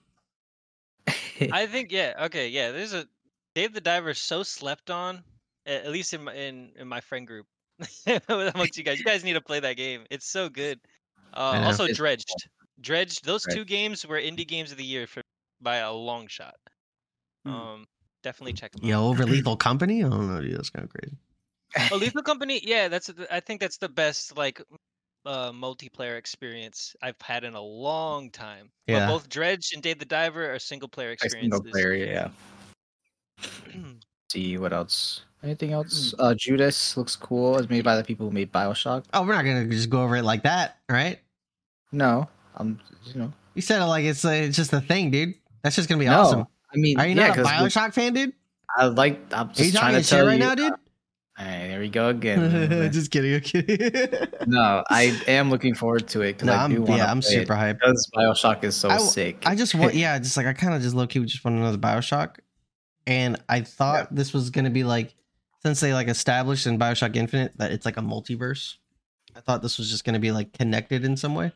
S3: I think yeah. Okay, yeah. There's a Dave the Diver is so slept on, a- at least in my, in in my friend group. amongst you guys, you guys need to play that game. It's so good. Uh,
S1: know.
S3: also,
S4: It's-
S3: Dredged, Dredged. Those
S4: Right.
S3: two games were indie games of the year for by a long shot.
S2: Hmm.
S3: Um, definitely check them
S1: Yo,
S3: out.
S1: over Lethal Company? I don't know, dude. That's kind of crazy.
S3: Oh, Lethal Company. Yeah, that's the- I think that's the best like m- uh multiplayer experience I've had in a long time.
S1: Yeah.
S3: But both Dredge and Dave the Diver are single player experiences.
S4: single player, yeah. See what else? Anything else?
S1: Hmm.
S4: Uh, Judas looks cool. It's made by the people who made Bioshock.
S1: Oh, we're not gonna just go over it like that, right?
S4: No, I'm you know
S1: You said it like it's uh, it's just a thing, dude. That's just gonna be
S4: no.
S1: awesome.
S4: I mean,
S1: Are you
S4: yeah,
S1: not a
S4: 'cause we-
S1: Bioshock fan, dude?
S4: I like.
S1: Are
S4: I'm
S1: you
S4: just
S1: talking
S4: trying to
S1: to shit
S4: tell
S1: right
S4: you.
S1: now, dude?
S4: Hey, there we go again.
S1: just kidding. I'm kidding.
S4: no, I am looking forward to it because
S1: no,
S4: I do
S1: I'm,
S4: want to
S1: yeah, I'm super hyped.
S4: because Bioshock is so
S1: I w-
S4: sick.
S1: I just want, yeah, just like I kind of just low key just want another Bioshock, and I thought this was gonna be like since they like established in Bioshock Infinite that it's like a multiverse. I thought this was just gonna be like connected in some way,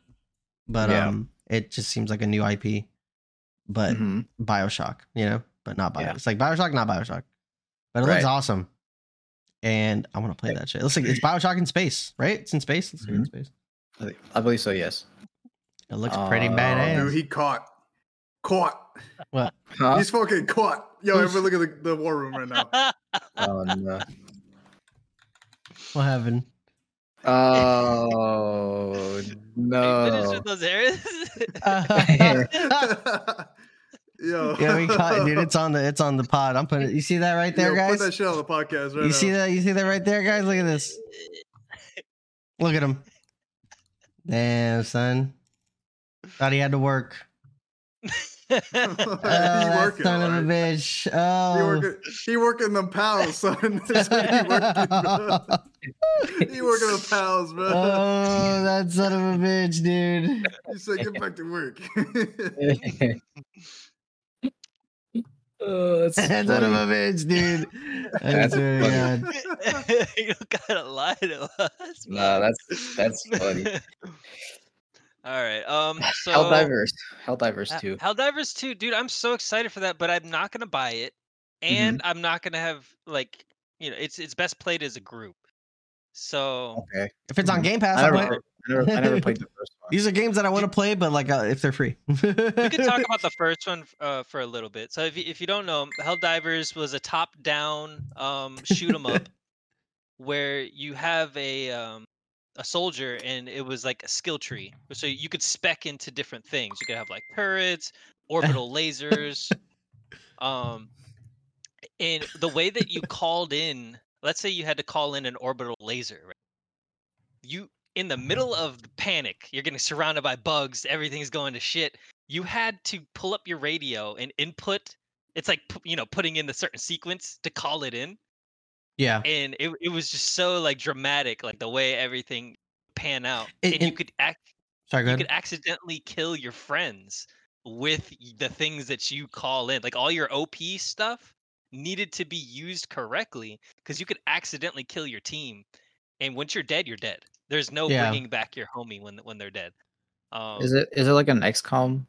S1: but
S4: Yeah.
S1: um, it just seems like a new IP, but
S4: Mhm.
S1: Bioshock, you know, but not Bio.
S4: Yeah.
S1: It's like Bioshock, not Bioshock, but it looks
S4: Right.
S1: awesome, and I want to play that shit. It looks like it's Bioshock in space, right? It's in space. It's in space.
S4: I think- I believe so. Yes.
S1: It looks pretty
S4: Mm-hmm. Oh,
S1: badass.
S2: Dude, he caught. Caught.
S1: What?
S4: Huh?
S2: He's fucking caught. Yo,
S1: Who's-
S2: everyone look at the, the war room right now.
S4: Oh no.
S1: What happened?
S4: uh, Oh
S3: Finish
S4: no.
S3: with those errands.
S2: Yo.
S1: yeah, we caught it, dude. It's on the it's on the pod. I'm putting. it- You see that right there,
S2: Yo,
S1: guys?
S2: Put that shit on the podcast right
S1: you
S2: now.
S1: see that? You see that right there, guys? Look at this. Look at him. Damn, son. Thought he had to work.
S2: He
S1: Oh, that
S2: working,
S1: son of a
S2: alright.
S1: bitch.
S2: He
S1: Oh.
S2: working, he working them pals, son. That's what he working, bro. He working the pals, bro.
S1: oh, that son of a bitch, dude.
S2: he said, "Get back to work."
S4: oh, that's
S1: That son of
S4: funny.
S1: a bitch, dude. That's
S4: That's
S1: really
S4: funny.
S1: good.
S3: you gotta lie to us.
S4: Nah,
S3: man.
S4: that's- that's funny.
S3: All right. Um. So
S4: Helldivers. Helldivers too.
S3: Hell Divers 2, dude, I'm so excited for that, but I'm not gonna buy it, and
S4: Mm-hmm.
S3: I'm not gonna have like you know, it's it's best played as a group. So
S4: Okay.
S1: If it's on Game Pass,
S4: I
S1: I'll
S4: never,
S1: play it.
S4: played, I, never, I never played the first one.
S1: These are games that I want to play, but like uh, if they're free. we
S3: we could talk about the first one f- uh, for a little bit. So if you, if you don't know, Hell Divers was a top-down um, shoot 'em up where you have a um, a soldier, and it was like a skill tree, so you could spec into different things. You could have like turrets, orbital lasers, um, and the way that you called in. Let's say you had to call in an orbital laser. Right? You in the middle of the panic, you're getting surrounded by bugs. Everything's going to shit you had to pull up your radio and input it's like pu- you know putting in the certain sequence to call it in
S1: yeah.
S3: and it, it was just so like dramatic like the way everything pan out
S1: It-
S3: and you
S1: it-
S3: could act
S1: Sorry, go
S3: you
S1: ahead.
S3: could accidentally kill your friends with y- the things that you call in like all your op stuff needed to be used correctly because you could accidentally kill your team and once you're dead you're dead there's no
S1: Yeah.
S3: bringing back your homie when when they're dead um
S4: Is it is it like an XCOM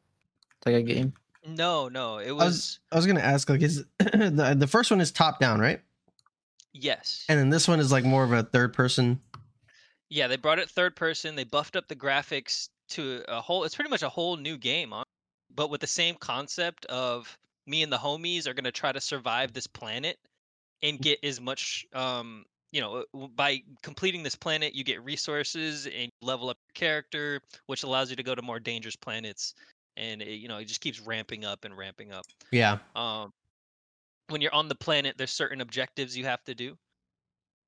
S4: type of game?
S3: no no it
S1: was-
S3: was
S1: I was gonna ask, like, is the the first one is top down, right?
S3: yes
S1: And then this one is like more of a third person.
S3: Yeah, they brought it third person. They buffed up the graphics to a whole. It's pretty much a whole new game, hon- but with the same concept of me and the homies are gonna try to survive this planet and get as much. Um, you know, uh, w- by completing this planet, you get resources and level up your character, which allows you to go to more dangerous planets. And it, you know, it just keeps ramping up and ramping up
S1: Yeah.
S3: um, when you're on the planet there's certain objectives you have to do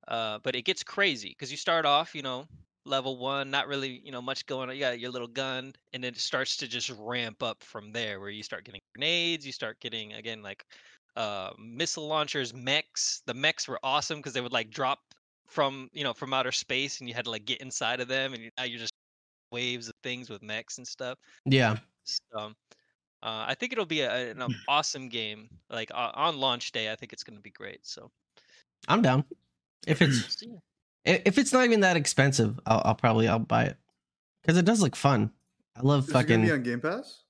S3: uh, but it gets crazy because you start off you know level one not really you know much going on you got your little gun and then it starts to just ramp up from there where you start getting grenades you start getting again like uh, missile launchers mechs the mechs were awesome because they would like drop from you know from outer space and you had to like get inside of them and you- now you're just waves of things with mechs and stuff
S1: Yeah.
S3: so, um, uh, I think it'll be a, an um, awesome game. Like uh, on launch day, I think it's going to be great. So,
S1: I'm down. If it's
S3: so yeah.
S1: i- if it's not even that expensive, I'll, I'll probably I'll buy it because it does look fun. I love
S2: Is it gonna
S1: fucking.
S2: be on Game Pass?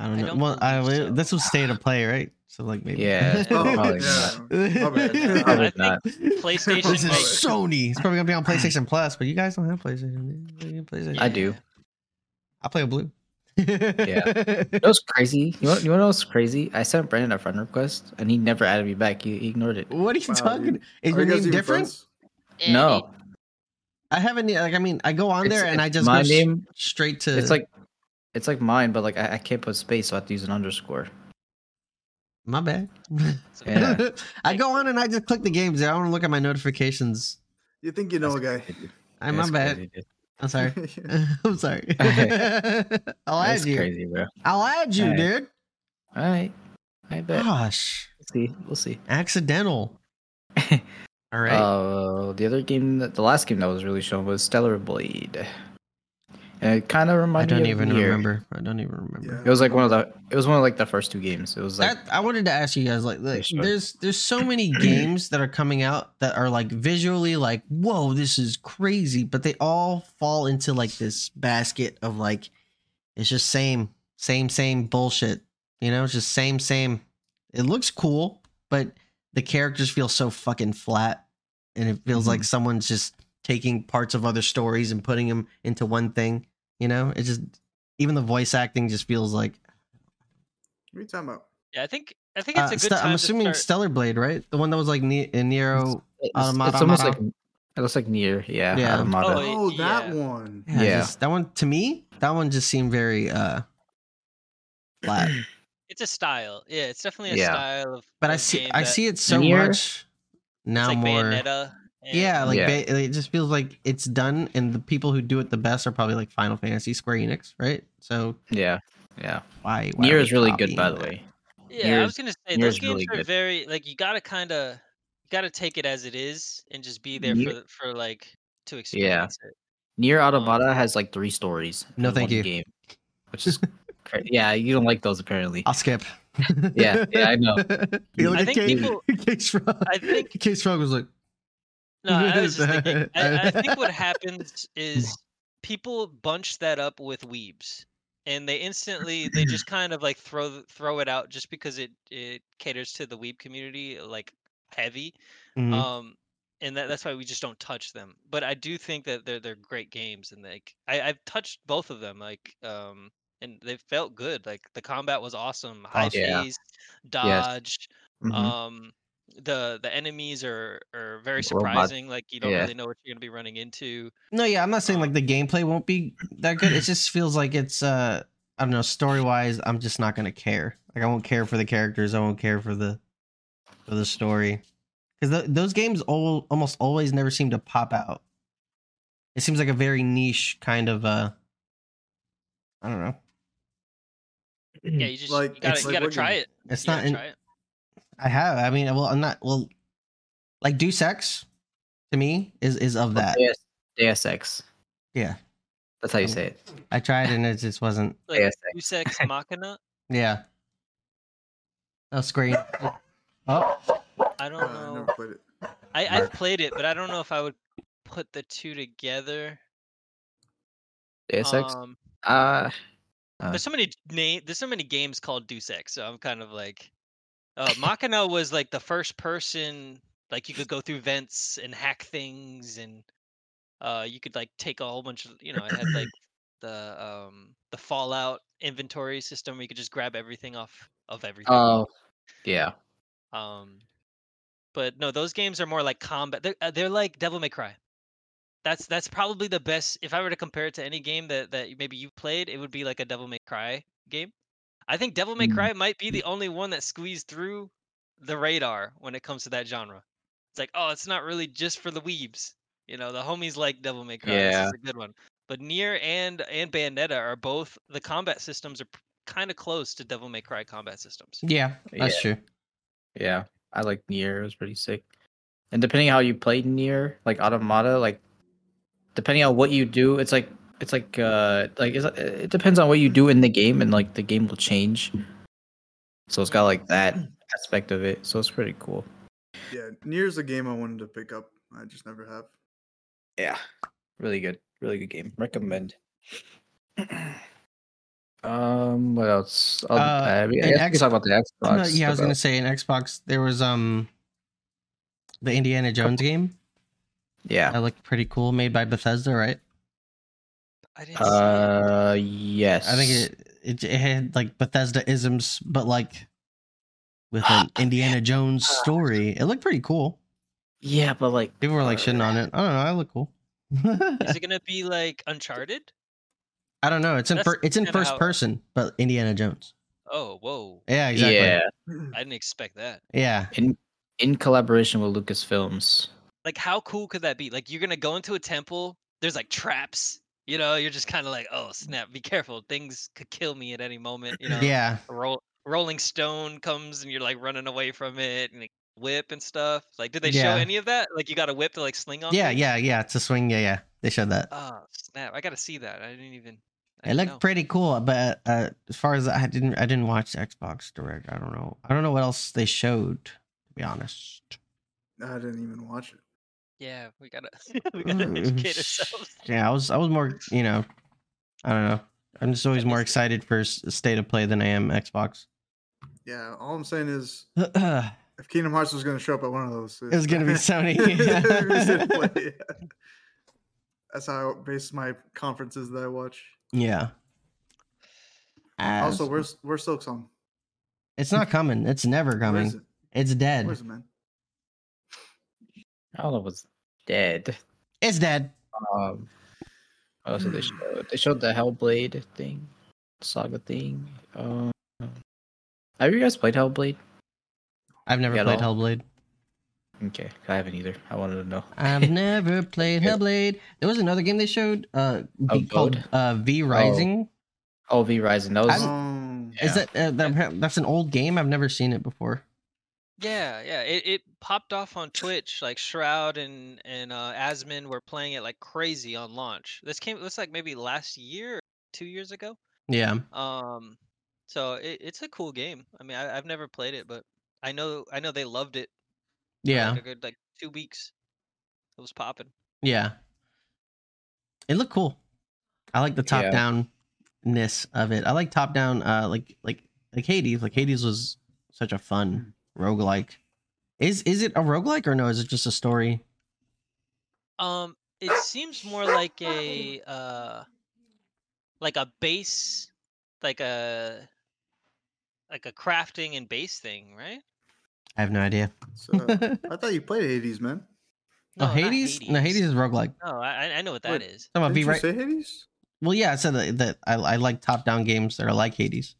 S1: I don't
S3: I
S1: know.
S3: don't
S1: well, I,
S3: believe so.
S1: this was stay to play, right? So like maybe.
S4: Yeah,
S2: Oh,
S4: probably
S2: yeah.
S3: uh, I
S4: Probably
S3: think
S4: not.
S3: PlayStation
S1: This is
S3: might-
S1: Sony. It's probably gonna be on PlayStation Plus, but you guys don't have PlayStation. do you? You have PlayStation.
S4: I do.
S3: Yeah.
S1: I play with blue.
S4: Yeah. You know what's crazy? You want, you want to know what's crazy? I sent Brandon a friend request and he never added me back. He, he ignored it.
S1: What are you
S2: Wow,
S1: talking?
S2: dude.
S1: Is
S2: Are you
S1: your
S2: guys
S1: name
S2: even
S1: different?
S2: friends?
S3: Eh,
S4: No,
S1: I haven't. e, Like, I mean, I go on
S4: It's-
S1: there and
S4: it's
S1: I just
S4: my
S1: go s-
S4: name.
S1: straight to.
S4: It's like it's like mine, but like I, I can't put space, so I have to use an underscore.
S1: my bad.
S3: it's okay.
S4: Yeah.
S1: I go on and I just click the games. There, I want to look at my notifications.
S2: You think you know a guy?
S1: I'm
S4: That's
S1: my bad.
S4: crazy, dude.
S1: I'm sorry. I'm sorry. I'll add
S4: That's
S1: you.
S4: crazy, bro.
S1: I'll add you,
S4: Alright.
S1: dude.
S4: All right, I bet. We'll
S1: Gosh,
S4: see. We'll see.
S1: accidental. All right.
S4: Uh, the other game, that, the last game that was really shown was Stellar Blade, and it kind of
S1: I
S4: reminded
S1: don't
S4: me. of
S1: even
S4: Nier.
S1: remember. I don't even remember.
S2: Yeah.
S4: It was like one of the. It was one of like the first two games. It was like
S1: that, I wanted to ask you guys like, like
S4: sure.
S1: there's there's so many games that are coming out that are like visually like whoa this is crazy but they all fall into like this basket of like it's just same same same bullshit you know it's just same same it looks cool but the characters feel so fucking flat and it feels
S4: Mhm.
S1: like someone's just taking parts of other stories and putting them into one thing you know it just even the voice acting just feels like
S2: What are you talking about?
S3: Yeah, I think I think it's a
S1: uh,
S3: good
S1: Ste-
S3: time.
S1: I'm assuming
S3: to start...
S1: Stellar Blade, right? The one that was like ne- uh, Nero.
S4: it's,
S1: Automata,
S4: it's almost like
S1: Automata.
S4: it looks like near. Yeah,
S1: Yeah.
S4: Automata.
S3: Oh,
S2: Oh, that
S3: yeah.
S2: one.
S1: Yeah,
S4: Yeah.
S1: just- that one to me, that one just seemed very uh flat.
S3: It's a style. Yeah, it's definitely a
S4: Yeah.
S3: style of.
S1: But I
S3: of
S1: see,
S3: game
S1: I
S3: that-
S1: see it so
S4: Nier?
S1: much
S3: It's
S1: now
S3: like
S1: more.
S3: Bayonetta. and-
S1: Yeah, like
S4: Yeah.
S1: Ba- it just feels like it's done, and the people who do it the best are probably like Final Fantasy, Square Enix, right? So
S4: yeah, yeah.
S1: why? why
S4: Nier
S1: are
S4: is
S1: we
S4: really good,
S1: copying
S4: by the
S1: that?
S4: way.
S3: Yeah, I
S4: Nier's-
S3: was gonna say
S4: Nier's
S3: those games
S4: really
S3: are
S4: good.
S3: very like you gotta kind of you gotta take it as it is and just be there
S4: Nier-
S3: for for like to experience it.
S4: Near Automata has like three stories.
S1: Uh, No,
S4: in
S1: thank
S4: one
S1: you.
S4: Game, which is crazy. Yeah, you don't like those apparently.
S1: I'll skip.
S4: Yeah, yeah, I know.
S1: You look
S4: I
S1: at
S3: think
S1: Case-
S3: people-
S1: Case Frog.
S3: I think-
S1: Case Frog was like,
S3: No, I was just thinking. I, I
S1: Sorry.
S3: think what happens is people bunch that up with weebs, and they instantly they just kind of like throw th- throw it out just because it it caters to the weeb community like heavy.
S1: "Mhm."
S3: Um, and that, that's why we just don't touch them. But I do think that they're they're great games, and like I, I've touched both of them. Like um, and they felt good. Like the combat was awesome. High
S1: Awesome.
S4: Yeah.
S3: phase, dodge.
S4: Mhm.
S1: Mm-hmm.
S3: Um, the the enemies are are very
S4: Robot.
S3: surprising. Like you don't
S4: Yeah.
S3: really know what you're gonna be running into.
S1: No, yeah, I'm not saying like the gameplay won't be that good. It just feels like it's uh I don't know, story wise, I'm just not gonna care. Like I won't care for the characters, I won't care for the for the story. Because those games all, almost always never seem to pop out. It seems like a very niche kind of uh I don't know.
S3: Yeah, you just
S2: Like-
S3: you gotta,
S2: it's
S3: you
S2: like
S3: gotta
S2: what
S3: try
S2: game?
S3: it.
S1: It's
S3: You
S1: not
S3: gotta
S1: in,
S3: try it.
S1: I have. I mean, well, I'm not well like Deus Ex to me is is
S3: Oh,
S1: of that. Oh.
S4: Deus, Deus Ex.
S1: Yeah.
S4: That's how you say it.
S1: I tried and it just wasn't
S3: Like
S4: Deus Ex.
S3: Deus Ex Machina.
S1: yeah. Oh screen. Oh,
S3: I
S2: Uh,
S3: don't
S2: I
S3: know.
S2: never played it.
S3: I I've played it, but I don't know if I would put the two together.
S4: Deus Ex.
S3: Um,
S4: Uh,
S3: there's so many name. There's so many games called Deus Ex, so I'm kind of like. Uh, Machina was like the first person. Like you could go through vents and hack things, and uh, you could like take a whole bunch of you know. It had like the um the Fallout inventory system where you could just grab everything off of everything.
S4: oh, yeah.
S3: Um, but no, those games are more like combat. They're uh, they're like Devil May Cry. That's that's probably the best. If I were to compare it to any game that that maybe you played, it would be like a Devil May Cry game. I think Devil May
S4: Mm.
S3: Cry might be the only one that squeezed through the radar when it comes to that genre. It's like, oh, it's not really just for the weebs. You know, the homies like Devil May Cry. This
S4: Yeah.
S3: is a good one. But Nier and and Bayonetta are both the combat systems are kind of close to Devil May Cry combat systems.
S1: yeah, that's true.
S4: Yeah, I like Nier. It was pretty sick. And depending how you play Nier, like Automata, like depending on what you do, it's like it's like uh like it's, it depends on what you do in the game, and like the game will change. So it's got like that aspect of it. So it's pretty cool.
S2: Yeah, Nier's a game I wanted to pick up. I just never have.
S4: Yeah, really good, really good game. Recommend. Um, what else? Oh,
S1: Uh,
S4: I, mean, I
S1: an
S4: guess we
S1: X-
S4: can talk about the Xbox.
S1: No, Uh, yeah, I was gonna say in Xbox there was um the Indiana Jones game
S4: Yeah.
S1: that looked pretty cool, made by Bethesda, right?
S3: I didn't see it.
S4: Uh, yes.
S1: I think it it, it had like Bethesda isms, but like with an Indiana Jones story. It looked pretty cool.
S4: Yeah, but like, uh,
S1: People were like shitting on it. I don't know. I look cool.
S3: Is it gonna be like Uncharted?
S1: I don't know. It's in
S3: That's
S1: fir- it's in
S3: kinda
S1: first
S3: how-
S1: person, but Indiana Jones.
S3: Oh, whoa!
S1: Yeah, exactly.
S4: yeah,
S1: Yeah.
S3: I didn't expect that.
S4: in collaboration with Lucasfilms.
S3: Like, how cool could that be? Like, you're gonna go into a temple. There's like traps. You know, you're just kind of like, oh snap! Be careful. Things could kill me at any moment. You know.
S1: Yeah.
S3: a Roll, Rolling Stone comes and you're like running away from it and like, whip and stuff. Like, did they
S1: Yeah.
S3: show any of that? Like, you got a whip to like sling on.
S1: Yeah. Yeah. Yeah. It's a swing. Yeah. Yeah. They showed that.
S3: Oh snap! I gotta see that. I didn't even.
S1: It
S3: I didn't
S1: looked
S3: know.
S1: pretty cool, but uh, as far as I didn't, I didn't watch Xbox Direct. I don't know. I don't know what else they showed. To be honest,
S2: I didn't even watch it.
S3: Yeah, we gotta we gotta educate ourselves.
S1: yeah, I was, I was more, you know, I don't know. I'm just always more excited for s- state of play than I am Xbox.
S2: Yeah, all I'm saying is
S1: it
S2: if Kingdom Hearts was going to show up at one of those,
S1: was gonna be Sony.
S2: Sony. That's how I base my conferences that I watch.
S1: yeah.
S2: Also,
S1: Also,
S2: where's where's Silk Song?
S1: it's not coming. It's never
S2: Where is
S1: coming.
S2: it?
S1: It's dead.
S2: Where's it, man?
S4: I don't know. if It's dead.
S1: It's dead.
S4: Um, what else did they show? They showed the Hellblade thing, saga thing. Um, have you guys played Hellblade?
S1: I've never
S4: At
S1: played
S4: all.
S1: Hellblade.
S4: Okay, I haven't either. I wanted to know.
S1: I've never played Hellblade. There was another game they showed uh,
S4: Oh,
S1: v- called
S4: Goat?
S1: uh, V Rising.
S4: Oh, V Rising. That was
S1: I'm-
S2: Um,
S1: Is that, uh, that that's an old game? I've never seen it before.
S3: Yeah, yeah. It, it popped off on Twitch. Like Shroud and and uh, Asmin were playing it like crazy on launch. This came. Looks like maybe last year, two years ago.
S1: Yeah.
S3: Um, so it, it's a cool game. I mean, I, I've never played it, but I know I know they loved it. for,
S1: Yeah.
S3: like, a good like two weeks. It was popping.
S1: Yeah. It looked cool. I like the top
S4: Yeah.
S1: down ness of it. I like top down uh like like like Hades. Like Hades was such a fun roguelike. Is is it a roguelike or no? Is it just a story?
S3: Um, it seems more like a uh, like a base, like a like a crafting and base thing, right?
S1: I have no idea.
S2: so, I thought you played Hades, man.
S1: oh
S3: not
S1: Hades? No, Hades is roguelike.
S3: No, Oh, I I- I know what that
S2: Wait.
S3: is.
S1: Talking about
S2: Did
S1: V
S2: you
S1: right.
S2: say Hades?
S1: Well, yeah, I said that, that I, I like top down games that are like Hades.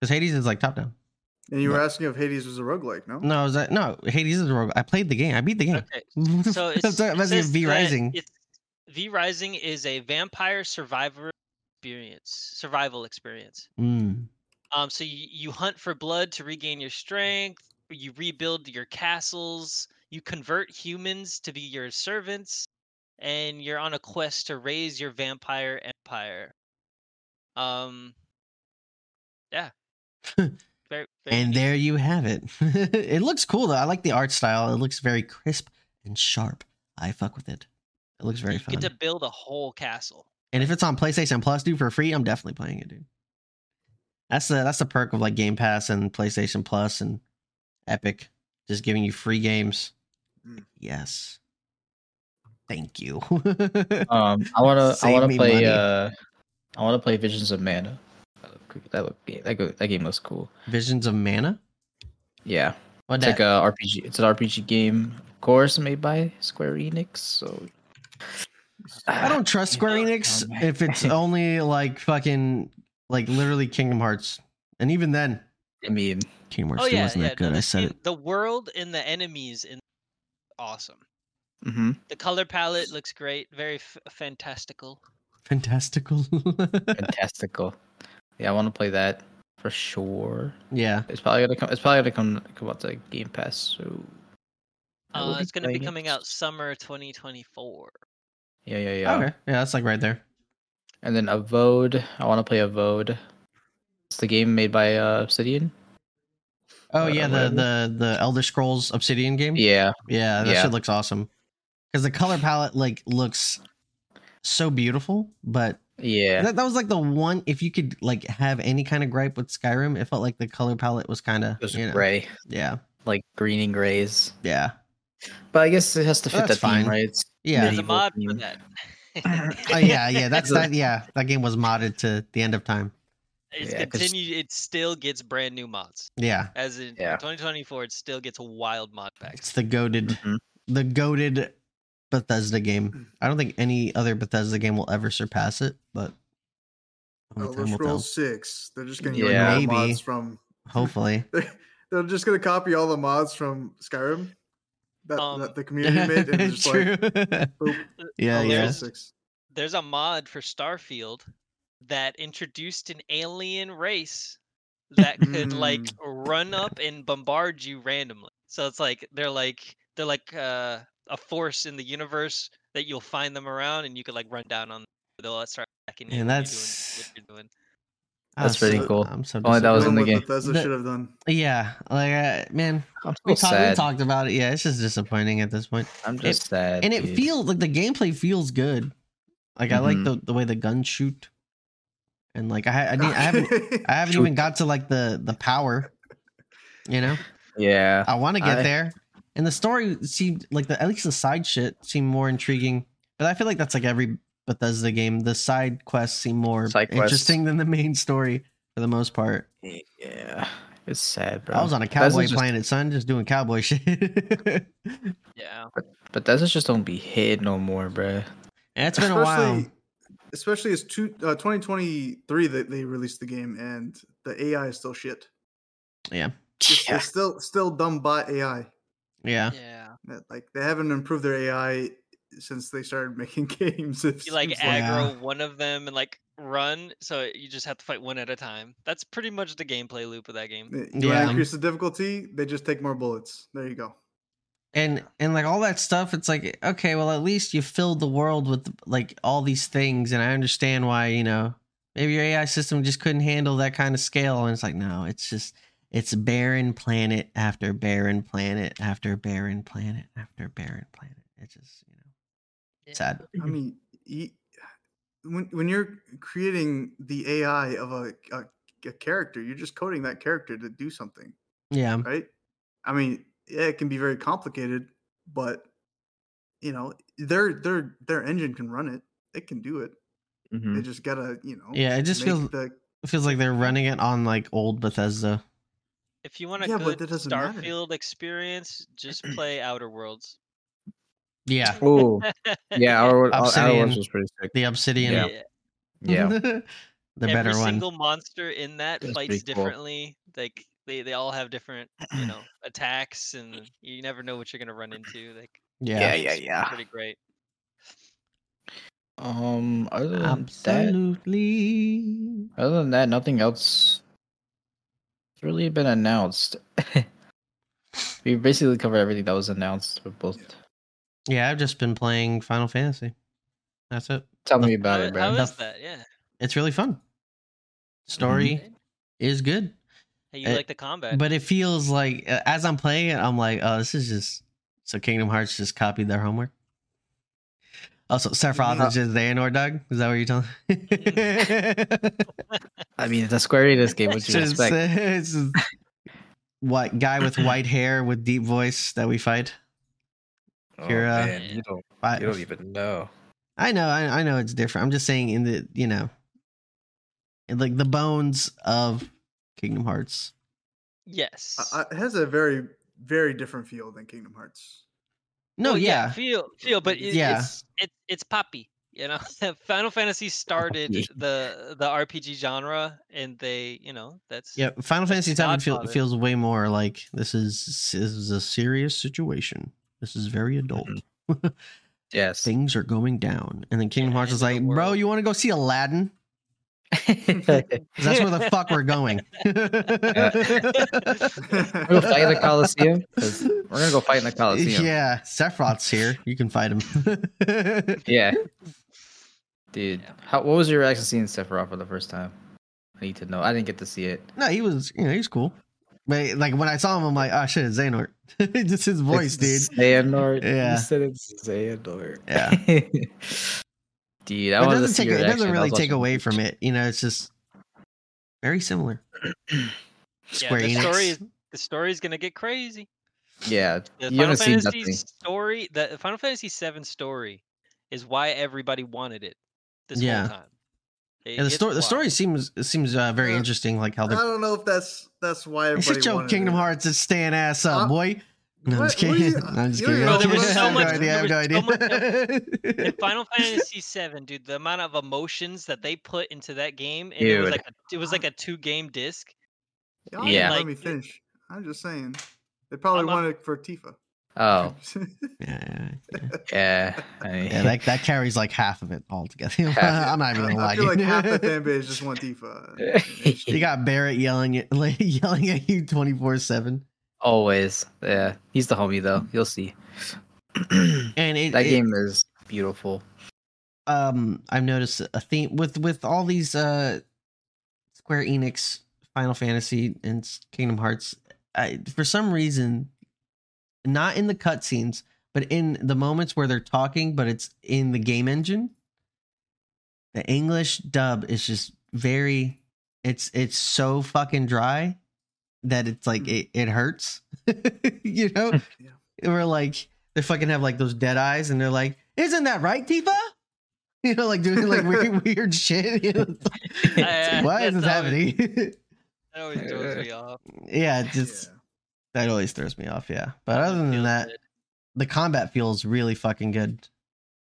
S1: Because Hades is like top down.
S2: And you were
S1: No.
S2: asking if Hades was a roguelike, no?
S1: No, is that no Hades is a rogue. I played the game. I beat the game.
S3: Okay, so it's,
S1: Sorry,
S3: it
S1: that's
S3: says
S1: V
S3: that
S1: Rising.
S3: it's- V Rising is a vampire survivor experience, survival experience.
S1: Mm.
S3: Um, so you, you hunt for blood to regain your strength. You rebuild your castles. You convert humans to be your servants, and you're on a quest to raise your vampire empire. Um, yeah. very, very
S1: And
S3: neat.
S1: there you have it. it looks cool though. I like the art style. It looks very crisp and sharp. I fuck with it. It looks very
S3: you
S1: fun.
S3: get to build a whole castle.
S1: and if it's on PlayStation Plus, dude, for free, I'm definitely playing it, dude. That's the that's the perk of like Game Pass and PlayStation Plus and Epic, just giving you free games.
S2: Mm.
S1: Yes. Thank you.
S3: Uh,
S4: um. I wanna. I
S1: Save
S4: wanna
S1: me
S4: play.
S1: money.
S4: Uh. I wanna play Visions of Mana. That look- That look, that go, that game looks cool.
S1: Visions of Mana.
S4: Yeah,
S1: What
S4: it's like a RPG. It's an RPG game, of course, made by Square Enix. So
S1: I don't trust Square
S4: Yeah.
S1: Enix
S4: Um,
S1: if it's only like fucking like literally Kingdom Hearts, and even then,
S4: I mean,
S1: Kingdom Hearts
S3: Oh
S1: 2
S3: yeah,
S1: wasn't
S3: yeah.
S1: that
S3: no,
S1: good.
S3: the
S1: I said
S3: skin-
S1: it.
S3: the world and the enemies in awesome.
S1: Mm-hmm.
S4: hmm
S3: The color palette looks great. Very f- fantastical.
S1: Fantastical.
S4: fantastical. Yeah, I want to play that for sure.
S1: yeah,
S4: It's probably gonna come. It's probably gonna come come out to Game Pass. So I will
S3: Uh, it's going to be
S4: playing it.
S3: coming out summer 2024.
S4: Yeah, yeah, yeah.
S1: Okay. Yeah, that's like right there.
S4: And then Avode. I want to play Avode. It's the game made by uh, Obsidian.
S1: Oh
S4: Uh,
S1: yeah, the
S4: whatever.
S1: the the Elder Scrolls Obsidian game.
S4: Yeah,
S1: Yeah, that
S4: Yeah.
S1: shit looks awesome. Because the color palette like looks so beautiful, but
S4: Yeah.
S1: That, that was like the one. If you could like have any kind of gripe with Skyrim, it felt like the color palette was kind of
S4: It was
S1: you know,
S4: gray,
S1: Yeah,
S4: like green and grays.
S1: yeah,
S4: But I guess it has to fit
S1: That's
S4: the
S1: fine.
S4: theme, right? It's-
S1: yeah.
S3: There's a
S4: medieval
S3: mod for
S4: theme.
S3: that.
S1: Oh, yeah, yeah. That's
S4: It's a-
S1: that. Yeah, that game was modded to the end of time.
S3: It's
S4: Yeah, 'cause-
S3: continued. It still gets brand new mods.
S1: Yeah,
S3: As in
S4: Yeah.
S3: 2024, it still gets a wild mod pack.
S1: it's the goaded,
S4: Mhm.
S1: the goaded Bethesda game. I don't think any other Bethesda game will ever surpass it, but only
S2: Elder
S1: time will tell.
S2: Scrolls Oh, Six. They're just gonna get
S4: Yeah.
S2: all the
S1: Maybe.
S2: mods from.
S1: Hopefully,
S2: They're just gonna copy all the mods from Skyrim that,
S3: Um,
S2: that the community made, and just
S1: true.
S2: like boop,
S1: yeah,
S4: Oh,
S2: Elder
S1: yeah.
S2: Scrolls Six.
S3: There's a mod for Starfield that introduced an alien race that could like run up and bombard you randomly. So it's like they're like they're like uh, a force in the universe that you'll find them around and you could like run down on. them. They'll uh, start attacking you.
S1: Man,
S3: when you're doing
S1: that's-
S3: what you're doing.
S1: Ah,
S4: That's pretty
S1: so-
S4: cool.
S1: I'm so
S4: Only that was in
S2: Doing
S1: disappointed.
S4: the
S2: what
S4: game.
S2: Bethesda
S1: The-
S2: should have done.
S1: Yeah, like uh, man,
S4: I'm
S1: we,
S4: so
S1: talked we
S4: sad.
S1: talked about it. Yeah, it's just disappointing at this point.
S4: I'm just sad.
S1: and it
S4: dude.
S1: feels like the gameplay feels good. Like I like
S4: Mhm.
S1: the, the way the guns shoot, and like I ha- I, didn't- I haven't I haven't
S4: Shoot.
S1: even got to like the the power. You know,
S4: Yeah.
S1: I want to get
S4: I-
S1: there, and the story seemed like the at least the side shit seemed more intriguing. But I feel like that's like every Bethesda game. The side quests seem more
S4: Side quests.
S1: interesting than the main story for the most part.
S4: Yeah. It's sad, bro.
S1: I was on a
S4: Bethesda's
S1: cowboy
S4: just-
S1: planet, son, just doing cowboy shit.
S3: Yeah.
S4: But that's just don't be hit no more, bruh.
S1: And it's been a while.
S2: Especially- Especially as two, uh, 2023 that they released the game, and the AI is still shit. It's, it's still still done by AI.
S1: Yeah.
S3: Yeah.
S2: That, Like they haven't improved their AI since they started making games. It
S3: You like
S2: seems
S3: aggro one of them and like run, so you just have to fight one at a time. That's pretty much the gameplay loop of that game.
S2: You want
S1: Yeah.
S2: to increase the difficulty? They just take more bullets. There you go.
S1: And and like all that stuff, it's like okay, well at least you filled the world with like all these things, and I understand why you know maybe your AI system just couldn't handle that kind of scale. And it's like no, it's just it's barren planet after barren planet after barren planet after barren planet. It's just you know sad.
S2: I
S3: Mm-hmm.
S2: mean, you, when when you're creating the AI of a, a a character, you're just coding that character to do something,
S1: Yeah,
S2: right? I mean, yeah, it can be very complicated, but you know, their their their engine can run it. It can do it.
S4: Mhm.
S2: They just gotta, you know,
S1: Mm. yeah. It just
S2: make
S1: feels
S2: the
S1: it feels like they're running it on like old Bethesda.
S3: If you want a
S2: Yeah, but
S3: good
S2: that doesn't matter.
S3: Starfield experience, just play Outer Worlds.
S1: Yeah,
S4: Ooh. Yeah, our, our, our
S1: Obsidian.
S4: Worlds was pretty sick.
S1: the Obsidian.
S4: Yeah. Yeah.
S1: the better
S3: Every
S1: one.
S3: single monster in that
S4: That's pretty
S3: fights
S4: cool.
S3: differently. Like they, they all have different, you know, attacks and you never know what you're gonna run into. Like
S1: yeah.
S4: yeah,
S3: it's
S4: yeah.
S3: Pretty great.
S4: Um, other than that,
S1: Absolutely.
S4: other than that, nothing else has really been announced. we basically covered everything that was announced with both.
S1: Yeah, I've just been playing Final Fantasy. That's it.
S4: Tell me about
S3: How-
S4: it,
S3: how
S4: bro.
S3: is
S1: Enough.
S3: that? Yeah.
S1: It's really fun. Story
S4: Mm-hmm.
S3: Okay.
S1: is good,
S3: Hey, you
S1: Uh,
S3: like the combat?
S1: but it feels like uh, as I'm playing it, I'm like, oh, this is just so Kingdom Hearts just copied their homework. Also, Sephiroth
S2: Yeah.
S4: uh
S1: is just Xehanort, Doug. Is that what you're telling?
S4: I mean, it's a Square Enix game. What you
S1: Just-
S4: expect?
S1: it's just- what guy with white hair with deep voice that we fight? you're, uh,
S4: you don't,
S1: I-
S4: even know.
S1: I know, I, I know it's different. I'm just saying in the you know, in like the bones of Kingdom Hearts.
S3: yes.
S2: I- I- it has a very very different feel than Kingdom Hearts.
S1: No,
S3: Well,
S1: oh, yeah,
S3: feel feel, but it,
S1: Yeah.
S3: it's it's it's poppy. You know, Final Fantasy started
S4: Poppy.
S3: the the RPG genre, and they, you know, that's
S1: yeah. Final Fantasy VII feel,
S3: Godfather.
S1: feels way more like this is this is a serious situation. This is very adult.
S3: Mm-hmm.
S4: Yes.
S1: Things are going down, and then Kingdom
S3: Yeah,
S1: Hearts
S3: end
S1: is
S3: of the
S1: like, bro,
S3: world."
S1: you want to go see Aladdin? 'Cause that's where the fuck we're going.
S4: We're gonna fight in the Coliseum. 'Cause We're gonna go fight in the Coliseum. Yeah.
S1: yeah, Sephiroth's here. You can fight him.
S4: Dude,
S3: Yeah.
S4: how, what was your reaction seeing Sephiroth for the first time? I need to know. I didn't get to see it.
S1: No, he was, you know, he was cool. But like when I saw him, I'm like, oh shit, it's Xehanort. Just his voice, dude.
S4: Xehanort.
S1: Yeah.
S4: You said it's Xehanort.
S1: Yeah.
S4: Dude, I
S1: But it
S4: wanted to
S1: doesn't
S4: see
S1: take
S4: your
S1: it doesn't
S4: reaction. I
S1: really
S4: was
S1: take
S4: watching
S1: away
S4: YouTube.
S1: from it. You know, it's just very similar. Square
S3: the
S1: Enix.
S3: story is the story's gonna get crazy.
S4: Yeah,
S3: The
S4: you
S3: Final
S4: haven't seen
S3: Fantasy
S4: nothing.
S3: story, the the Final Fantasy VII story, is why everybody wanted it this
S1: Yeah.
S3: whole time. It
S1: yeah, the
S3: gets
S1: story the
S3: wild.
S1: story seems it seems uh, very
S2: Yeah.
S1: interesting. Like how
S2: I
S1: they're
S2: don't know if that's that's why
S1: Hey,
S2: everybody
S1: shut your
S2: wanted
S1: Kingdom
S2: it.
S1: Hearts is staying ass up,
S2: Uh,
S1: boy. No, I'm just
S2: what- what do
S1: kidding.
S2: you-
S1: I'm just
S2: you don't
S1: kidding.
S2: even
S1: I'm
S2: know
S1: kidding.
S2: what
S1: I
S2: it
S1: have no
S2: is.
S1: idea. I have no
S3: There was so
S1: idea.
S3: in Final Fantasy VII, dude, the amount of emotions that they put into that game, and it was
S4: Dude.
S3: like a, it was like a two game disc.
S2: Y'all didn't
S4: Yeah.
S2: let
S3: Like-
S2: me finish. I'm just saying. They probably
S3: I'm not-
S2: wanted it for Tifa.
S4: Oh,
S1: yeah,
S4: yeah. I mean,
S1: yeah, that, that carries like half of it altogether. I'm not even gonna
S2: I,
S1: lie
S2: I
S1: to
S2: feel
S1: you.
S2: like half the fan base just want Tifa.
S1: you got Barrett yelling at like, yelling at you 24 seven,
S4: Always. Yeah. He's the homie, though. You'll see. that
S1: and it, it-
S4: game is beautiful.
S1: um I've noticed a theme with with all these uh Square Enix Final Fantasy and s- Kingdom Hearts I, for some reason not in the cutscenes but in the moments where they're talking but it's in the game engine the English dub is just very it's it's so fucking dry that it's like it, it hurts you know
S2: Yeah.
S1: or like they fucking have like those dead eyes and they're like isn't that right Tifa you know like doing like weird, weird shit you know? it's like,
S3: I-
S1: why is this
S3: that's always-
S1: happening
S3: That always throws me off.
S1: yeah it
S2: Yeah.
S1: just that always throws me off yeah but
S3: It
S1: other than
S3: feels
S1: that
S3: good.
S1: the combat feels really fucking good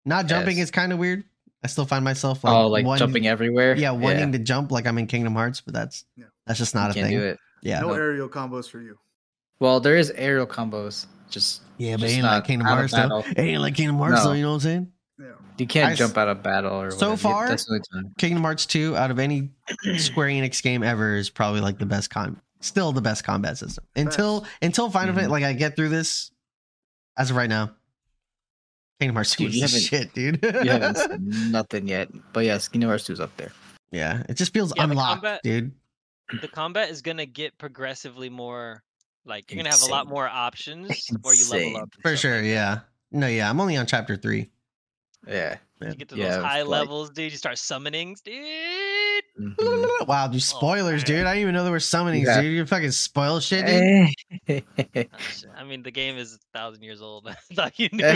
S1: not jumping
S4: Yes.
S1: is kind of weird I still find myself like,
S4: oh, like
S1: one-
S4: jumping everywhere.
S1: yeah wanting to jump like I'm in Kingdom Hearts but that's
S2: Yeah.
S1: that's just
S4: You
S1: not a
S4: can't
S1: thing
S4: do it.
S1: yeah
S2: No
S4: no.
S2: aerial combos for you.
S4: Well, there is aerial combos. Just
S1: Yeah, but
S4: Just
S1: ain't like
S4: not
S1: Kingdom
S4: out of
S1: Hearts though.
S4: battle.
S1: It ain't like Kingdom Hearts though.
S4: No.
S1: You know what I'm saying?
S2: Yeah.
S4: you can't
S1: I s-
S4: jump out of battle or
S1: So
S4: whatever.
S1: far-
S4: That's the only time.
S1: Kingdom Hearts two out of any Square Enix game ever is probably like the best con, still the best combat system until until Final Fantasy.
S3: Mm-hmm.
S4: Mhm.
S1: Like I get through this, as of right now, Kingdom Hearts two
S4: Dude, you
S1: is the shit, dude.
S4: You haven't seen nothing yet. But yes, Kingdom Hearts 2 is up there.
S1: yeah, it just feels
S3: Yeah, the
S1: unlocked,
S3: combat-
S1: dude.
S3: the combat is gonna get progressively more like you're gonna have a lot
S4: Insane.
S3: more options where you
S4: Insane.
S3: level up and
S1: For
S3: stuff
S1: sure,
S3: like
S1: yeah. No, yeah, I'm only on chapter three.
S4: Yeah.
S3: that. you get to
S4: Yeah,
S3: those
S4: it's
S3: high
S4: like-
S3: levels dude you start summonings dude
S4: Mhm.
S3: Mm-hmm.
S1: Wow,
S3: Oh,
S1: dude, spoilers, dude. I didn't even know there were summonings,
S4: Yeah.
S1: dude. You fucking spoil shit, dude.
S4: Mm-hmm.
S3: Oh, shit. I mean, the game is a thousand years old. I thought you knew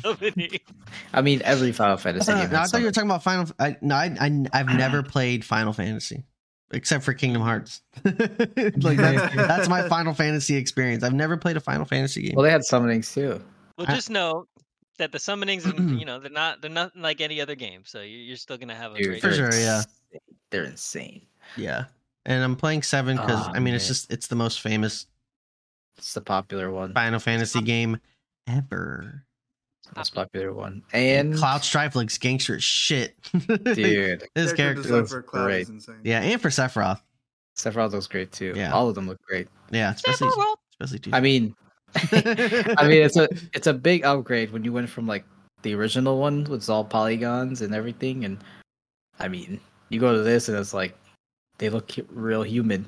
S3: so many.
S4: I mean, every Final Fantasy
S1: Uh,
S4: game.
S1: no, I
S4: has
S1: thought you were
S4: something. Uh-huh.
S1: talking about Final. I, no, I, I have never played Final Fantasy except for Kingdom Hearts. like that's, that's my Final Fantasy experience. I've never played a Final Fantasy game.
S4: Well, they had summonings too.
S3: Well,
S1: I-
S3: just know that the summonings, and you know, they're not they're nothing like any other game. So you- you're still gonna have a
S4: Dude,
S3: great.
S1: for
S4: they're
S3: time.
S1: sure, yeah.
S4: insane. They're insane.
S1: yeah, and I'm playing seven because
S4: Ah,
S1: I mean it's
S4: man.
S1: just it's the most famous
S4: It's the popular one.
S1: Final
S4: Uh-huh.
S1: Fantasy game ever.
S3: Uh,
S4: Most popular one. And
S1: Cloud Strife looks gangster as shit.
S4: dude,
S1: His
S2: Character
S1: character.
S2: design
S4: looks
S2: for Cloud is
S4: great.
S2: insane.
S1: Yeah, and for Sephiroth.
S4: Sephiroth looks great too.
S1: Yeah.
S4: All of them look great.
S1: Yeah, especially
S3: Sephiroth.
S1: especially two.
S4: I mean, I mean, it's a it's a big upgrade when you went from like the original one, which is all polygons and everything, and I mean, you go to this and it's like they look hu- real human.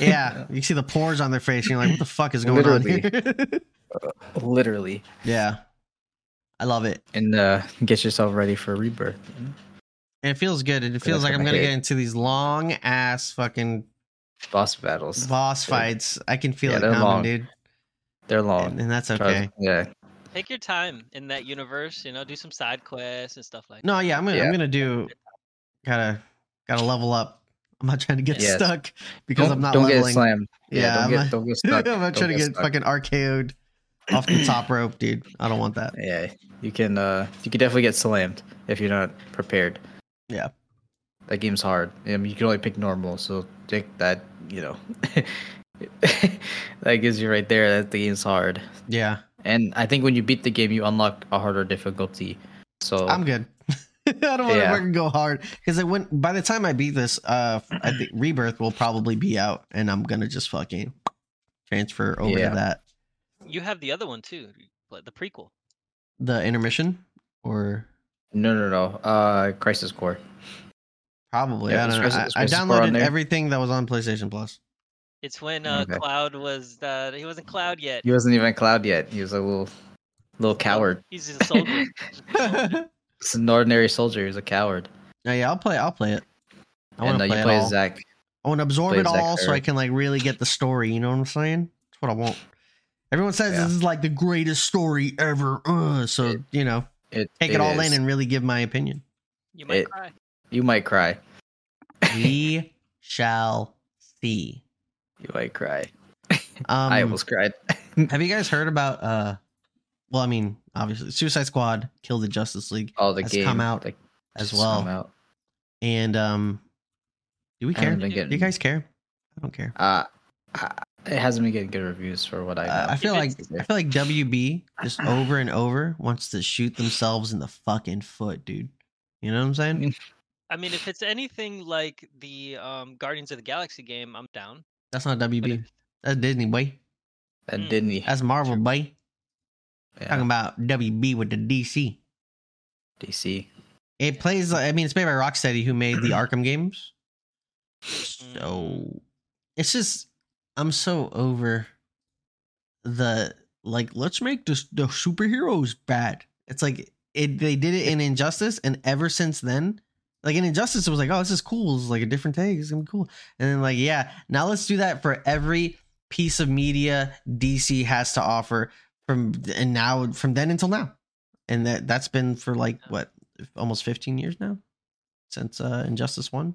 S1: yeah, you see the pores on their face, and you're like, what the fuck is going on here?
S4: literally.
S1: Yeah. I love it.
S4: And uh, get yourself ready for rebirth. Mm-hmm.
S1: And it feels good. And it
S4: Yeah,
S1: feels like
S4: that's what
S1: I'm
S4: I
S1: gonna
S4: hate.
S1: get into these long ass fucking
S4: Boss battles.
S1: boss
S4: Yeah.
S1: fights. I can feel
S4: Yeah,
S1: it
S4: they're
S1: coming,
S4: long.
S1: dude.
S4: They're
S1: And,
S4: long.
S1: and that's
S4: Trust-
S1: okay.
S4: Yeah.
S3: Take your time in that universe. You know, do some side quests and stuff like.
S1: No, yeah, I'm gonna I'm
S4: Yeah.
S1: gonna do gotta gotta level up. I'm not trying to get
S4: Yes.
S1: stuck because
S4: Don't-
S1: I'm not
S4: don't get
S1: leveling.
S4: slammed. Yeah,
S1: Yeah,
S4: don't
S1: I'm
S4: get
S1: not-
S4: don't get
S1: I'm not
S4: stuck. Don't
S1: trying to get
S4: stuck.
S1: fucking RKO'd off the top rope, dude. I don't want that.
S4: Yeah, you can uh you can definitely get slammed if you're not prepared.
S1: Yeah.
S4: That game's hard. I mean, you can only pick normal, so take that, you know. that gives you right there that the game's hard.
S1: Yeah.
S4: And I think when you beat the game, you unlock a harder difficulty. So
S1: I'm good. I don't want
S4: Yeah.
S1: to fucking go hard because it went. By the time I beat this, uh, I think Rebirth will probably be out, and I'm gonna just fucking transfer over
S4: Yeah.
S1: to that
S3: that. You have the other one too, like the prequel.
S1: the intermission or
S4: no, no, no. Uh, Crisis Core.
S1: probably.
S4: Yeah,
S1: I don't know.
S4: there's
S1: I,
S4: Crisis-
S1: I
S4: there's Crisis Core on
S1: downloaded
S4: there.
S1: everything that was on PlayStation Plus.
S3: It's when uh,
S4: Okay.
S3: Cloud was uh, he wasn't Cloud yet.
S4: He wasn't even Cloud yet. He was a little, little
S3: Nope.
S4: coward.
S3: He's just a soldier. Just a soldier.
S4: It's an ordinary soldier who's a coward.
S1: No, Oh, yeah, I'll play. I'll play it. I want
S4: and
S1: to
S4: uh, you
S1: play,
S4: play
S1: it
S4: as
S1: all.
S4: Zach.
S1: I want to absorb
S4: play
S1: it
S4: Zack
S1: all so I
S4: Ertz.
S1: can like really get the story. You know what I'm saying? That's what I want. Everyone says
S4: Yeah.
S1: this is like the greatest story ever. Ugh, so
S4: It-
S1: you know,
S4: It,
S1: take it, all in and really give my opinion.
S3: You might
S4: It-
S3: cry.
S4: you might cry.
S1: We shall see.
S4: You might cry.
S1: Um,
S4: I almost cried.
S1: Have you guys heard about? uh Well, I mean, obviously, Suicide Squad killed the Justice League
S4: All the
S1: has
S4: game
S1: come out
S4: like,
S1: as
S4: just
S1: well.
S4: come out.
S1: And um, do we
S4: I
S1: care?
S4: haven't
S1: Do
S4: been
S3: Do you
S4: getting,
S1: you guys care? I don't care.
S4: Uh, uh, it hasn't been getting good reviews for what I know.
S1: Uh, I feel like
S3: it's-
S1: I feel like WB just over and over wants to shoot themselves in the fucking foot, dude. You know what I'm saying?
S4: Mm.
S3: I mean, if it's anything like the um, Guardians of the Galaxy game, I'm down.
S1: That's not
S3: But
S1: WB.
S3: if-
S1: That's Disney, boy.
S4: that
S3: Mm.
S4: Disney.
S1: That's Marvel, boy.
S4: Yeah,
S1: Talking about WB with the DC.
S4: DC.
S1: It plays. I mean, it's made by Rocksteady, who made the Arkham games. So it's just I'm so over the like. Let's make this the superheroes bad. It's like it. They did it in Injustice, and ever since then, like in Injustice, it was like, oh, this is cool. It's like a different take. It's gonna be cool. And then like, yeah, now let's do that for every piece of media DC has to offer from and now from then until now. And that that's been for like what almost 15 years now since uh Injustice 1.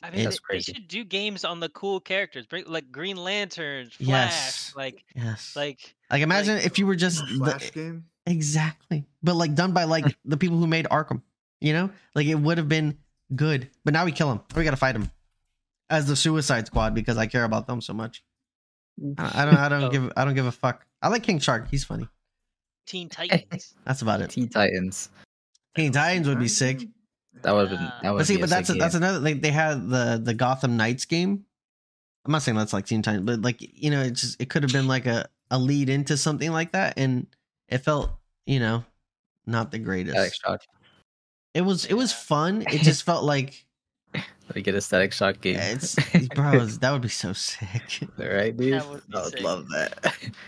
S3: I mean,
S1: That's
S3: they, they
S4: crazy.
S3: should do games on the cool characters, bring like Green Lanterns, Flash,
S1: Yes.
S3: like
S1: Yes. Like,
S3: like
S1: imagine
S3: like,
S1: if you were just
S2: Flash
S1: the,
S2: game.
S1: exactly. But like done by like the people who made Arkham, you know? Like it would have been good. But now we kill him. We got to fight him as the Suicide Squad because I care about them so much. I I don't I don't
S3: Oh.
S1: give I don't give a fuck. I like King Shark. He's funny.
S3: Teen Titans.
S1: That's about it.
S4: Teen Titans.
S1: King Titans would be sick.
S4: That would have been.
S3: Ah.
S4: That would
S1: But see,
S4: be a
S1: but that's
S4: sick
S1: that's
S4: game.
S1: another. They they had the the Gotham Knights game. I'm not saying that's like Teen Titans, but like you know, it's just, it could have been like a a lead into something like that, and it felt you know not the
S4: static
S1: greatest.
S4: shock.
S1: It was it was
S3: Yeah.
S1: fun. It just felt like
S4: Let me get a static shock game.
S1: yeah, it's bro. it's- That would be so sick.
S4: right, dude.
S3: would be
S4: I would
S3: sick.
S4: love that.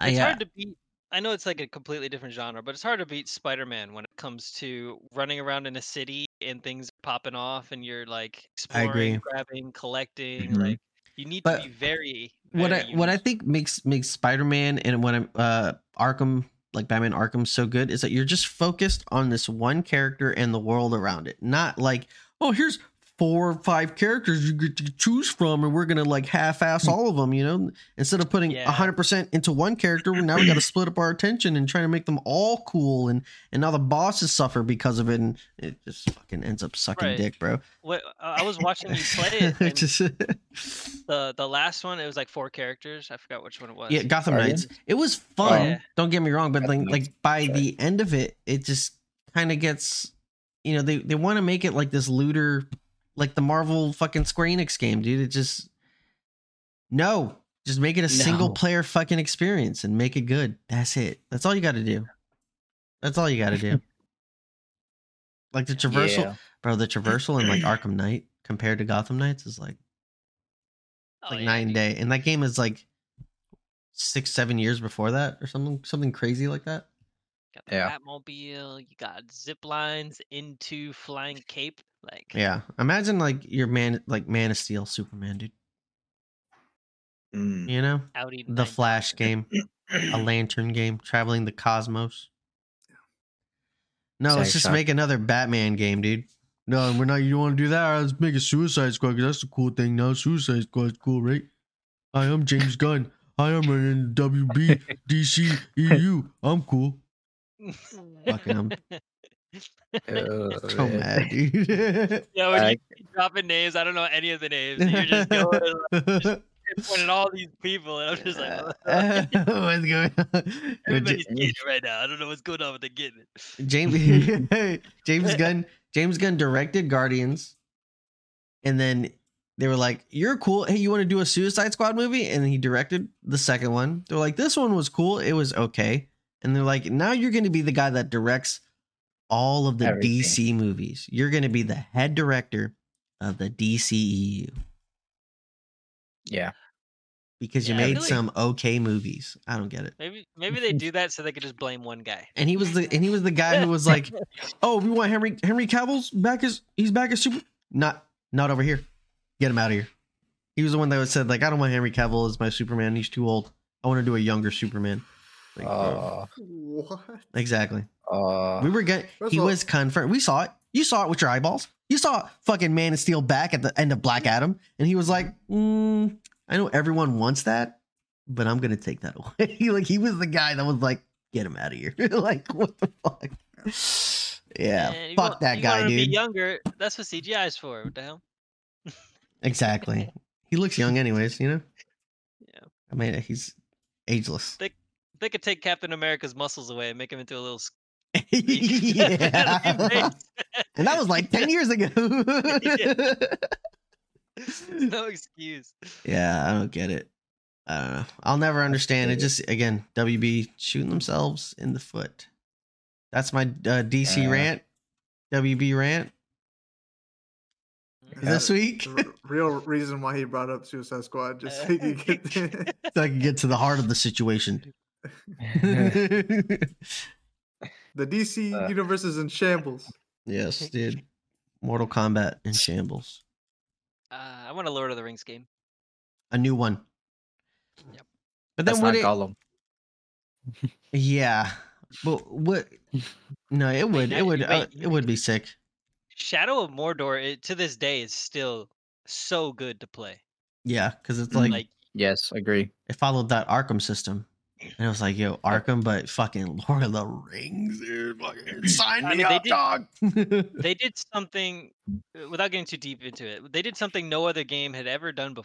S1: I,
S3: It's
S1: uh,
S3: hard to beat. I know it's like a completely different genre, but it's hard to beat Spider-Man when it comes to running around in a city and things popping off, and you're like
S1: I agree. Mm-hmm.
S3: exploring, grabbing, collecting.
S4: Mhm.
S3: Like you need
S1: But
S3: to be very.
S1: what I
S3: very
S1: what I
S3: unique.
S1: think makes makes Spider Man and when I'm uh Arkham like Batman Arkham so good is that you're just focused on this one character and the world around it, not like oh here's four or five characters you get to choose from and we're gonna like half-ass all of them you know instead of putting a
S3: Hmm. Yeah.
S1: 100% into one character well, now we gotta split up our attention and try to make them all cool and and now the bosses suffer because of it and it just fucking ends up sucking
S3: Right.
S1: dick bro
S3: What, I was watching you play it.
S1: It
S3: and
S1: just-
S3: the the last one, it was like four characters. I forgot which one it was.
S1: Yeah, Gotham
S4: Guardians?
S1: Knights. It was fun.
S3: yeah.
S1: Don't get me wrong, but
S4: Oh. Gotham
S1: like, like
S4: Knights,
S1: by
S4: sorry.
S1: the end of it, it just kind of gets, you know, they they want to make it like this looter, like the Marvel fucking Square Enix game, dude. It just no, just make it a single
S4: No.
S1: player fucking experience and make it good. That's it. That's all you got to do. That's all you got to do. like the traversal,
S4: Yeah.
S1: bro. The traversal in like Arkham Knight compared to Gotham Knights is like
S3: Oh,
S1: like
S3: yeah,
S1: night and
S3: dude.
S1: day. And that game is like six, seven years before that or something something crazy like that.
S3: Got the
S4: Yeah.
S3: Batmobile. You got zip lines into flying cape. Like
S1: Yeah. Imagine like your man like Man of Steel Superman, dude.
S4: Mm. Oh,
S1: You know?
S3: Audi.
S1: The Flash game, a lantern game, traveling the cosmos. No, let's
S4: Zack
S1: just
S4: Shot-
S1: make another Batman game, dude. No, we're not. You don't want to do that. All right, let's make a Suicide Squad 'cause that's the cool thing now. Suicide Squad's cool, right? I am James Gunn. I am an WB DC EU. E I'm cool. Fucking, um, I'm
S4: Oh,
S1: so
S4: man.
S1: mad, dude.
S3: Yeah, when you
S4: Like-
S3: keep dropping names, I don't know any of the names. and You're just going like, pointing at all these people, and I'm just like,
S1: Uh,
S3: "Ugh."
S1: what's going on? No,
S3: everybody's
S1: Ja-
S3: getting it right now. I don't know what's going on, but they're getting it.
S1: James James Gunn James Gunn directed Guardians, and then they were like, "You're cool. Hey, you want to do a Suicide Squad movie?" And he directed the second one. They're like, "This one was cool. It was okay." And they're like, "Now you're going to be the guy that directs all of the
S4: Everything.
S1: DC movies. You're going to be the head E director of the DCEU."
S4: Yeah.
S1: because you
S3: Yeah, I
S1: made
S3: feel like-
S1: some okay movies. I don't get it.
S3: Maybe maybe they do that so they could just blame one guy.
S1: And he was the and he was the guy who was like, "Oh, we want Henry Henry Cavill's back as he's back as super not not over here. Get him out of here." He was the one that was said like, "I don't want Henry Cavill as my Superman. He's too old. I want to do a younger Superman." Like, bro.
S4: Uh,
S2: What?
S1: exactly.
S4: uh,
S1: We were good.
S2: First
S1: He
S2: of all-
S1: was confirmed. We saw it. You saw it with your eyeballs. You saw fucking Man of Steel back at the end of Black Adam, and he was like, mm, "I know everyone wants that, but I'm gonna take that away." like he was the guy that was like, "Get him out of here!" like what the fuck? Yeah,
S3: Man, "Eh, you
S1: fuck
S3: want-
S1: that
S3: you
S1: guy,
S3: wanna
S1: dude.
S3: Be younger. That's what CGI is for. What the hell?
S1: Exactly. He looks young, anyways. You know.
S3: Yeah.
S1: I mean, he's ageless.
S3: They could take Captain America's muscles away and make him into a little. squeak.
S1: yeah. and that was like ten years ago.
S3: no excuse.
S1: Yeah, I don't get it. I don't know. I'll never understand it. Just again, WB shooting themselves in the foot. That's my uh, DC
S4: Uh.
S1: rant. WB rant
S2: Yeah.
S1: this week.
S2: The r- real reason why he brought up Suicide Squad
S3: Uh,
S2: just so he could get the-
S1: so I can get to the heart of the situation.
S2: the DC
S4: Uh.
S2: universe is in shambles.
S1: yes, dude. Mortal Kombat in shambles.
S3: Uh, I want a Lord of the Rings game.
S1: A new one.
S3: Yep.
S1: But
S4: that's
S1: then
S4: not
S1: what? It,
S4: Gollum.
S1: yeah. But what? No, it would.
S3: now
S1: It
S3: you
S1: would.
S3: wait,
S1: Uh,
S3: you
S1: it would be sick.
S3: Shadow of Mordor it, to this day is still so good to play.
S1: Yeah, because it's
S3: Like,
S1: like
S4: Yes, agree.
S1: it followed that Arkham system. And it was like, yo, Arkham, but fucking Lord of the Rings, dude. Fucking sign
S3: I
S1: me
S3: mean, they
S1: up,
S3: did-
S1: dog.
S3: they did something uh, without getting too deep into it. They did something no other game had ever done before.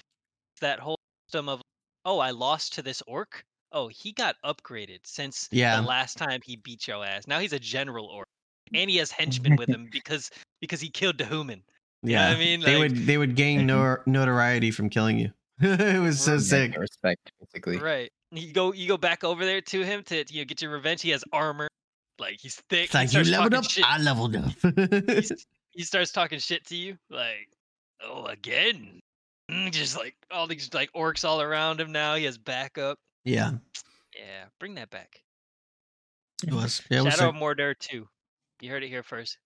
S3: That whole system of oh, I lost to this orc. Oh, he got upgraded since
S1: Yeah.
S3: the last time he beat your ass. Now he's a general orc, and he has henchmen with him because because he killed Dahuman. You know what I mean?
S1: they
S3: Like-
S1: would they would gain nor- notoriety from killing you. it was so
S3: Right.
S1: sick.
S4: Respect, basically.
S3: Right. You go you go back over there to him to you know get your revenge. He has armor. Like he's thick.
S1: It's
S3: he
S1: like you
S3: starts
S1: leveled
S3: talking
S1: up,
S3: shit-
S1: I leveled up.
S3: he's- he starts talking shit to you, like, oh, again. Mm, Just like all these like orcs all around him now. He has backup.
S1: yeah,
S3: Yeah, bring that back.
S1: it was. Yeah, it was
S3: Shadow
S1: sick.
S3: of Mordor 2. You heard it here first.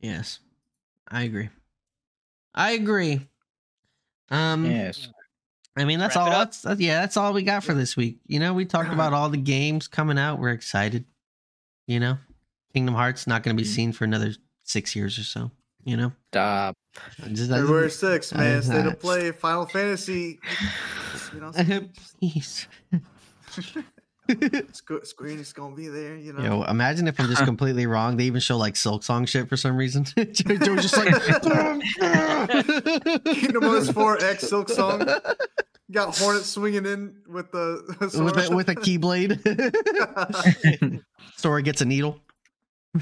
S1: Yes. I agree. I agree. Um
S4: Yes.
S1: I mean, that's
S3: Wrap
S1: all.
S3: it up.
S1: That's, that's yeah, that's all we got for this week. You know, we talked about
S2: Uh-huh.
S1: all the games coming out. We're excited. You know, Kingdom Hearts not going to be
S2: Mm-hmm.
S4: Mhm.
S1: seen for another six years or so. You know,
S4: Stop.
S1: Just-
S2: February 6th, man. Stay to
S1: that's-
S2: play Final Fantasy. You know,
S1: Please.
S2: Squ- Square Enix gonna be there, you know.
S1: Yo, imagine if I'm just completely wrong. They even show like Silk Song shit for some reason. Joe- Joe's just like
S2: Kingdom Hearts 4 X Silk Song. Got Hornet swinging in with the
S1: with a, with a keyblade. Sora gets a needle.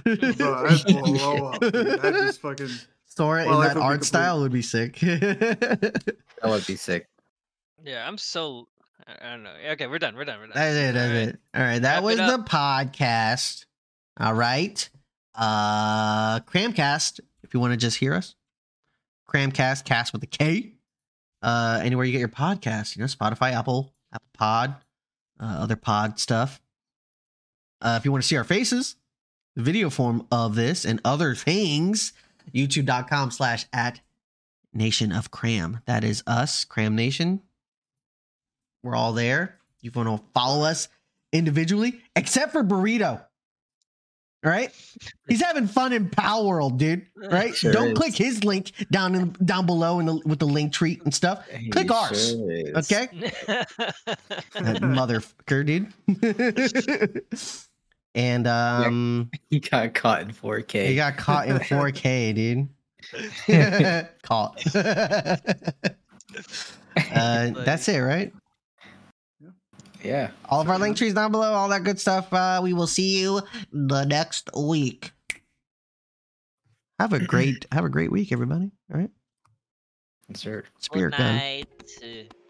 S2: Bro, I'd blow up. dude. I'd just fucking.
S1: Sora
S2: Well, I
S1: in that
S2: could be
S1: art
S2: complete-
S1: style would be sick. That's
S4: That would be sick.
S3: Yeah, I'm so. I- I don't know. Okay, we're done. We're done. We're done.
S1: it. That's
S3: Alright.
S1: it. All right, that
S3: Wrap it
S1: was the
S3: up.
S1: podcast. All right, uh, Cramcast. If you want to just hear us, Cramcast, cast with a K. Uh, anywhere you get your podcast, you know, Spotify, Apple, Apple Pod, uh, other pod stuff. Uh, if you want to see our faces, the video form of this and other things, youtube.com slash at Nation of Cram. That is us, Cram Nation. We're all there. You want to follow us individually, except for Burrito. All right? He's having fun in Power World, dude. Right?
S4: Sure
S1: Don't
S4: is.
S1: click his link down in, down below in the, with the link tree and stuff. Click ours, Okay? That motherfucker, dude. and um
S4: He got caught in 4K.
S1: he got caught in 4K, dude. caught. uh, that's it, right?
S4: yeah.
S1: All of our link trees down below, all that good stuff. Uh, we will see you the next week. Have a great have a great week, everybody. All right.
S4: Insert.
S1: Spirit gun. Oh.
S3: night.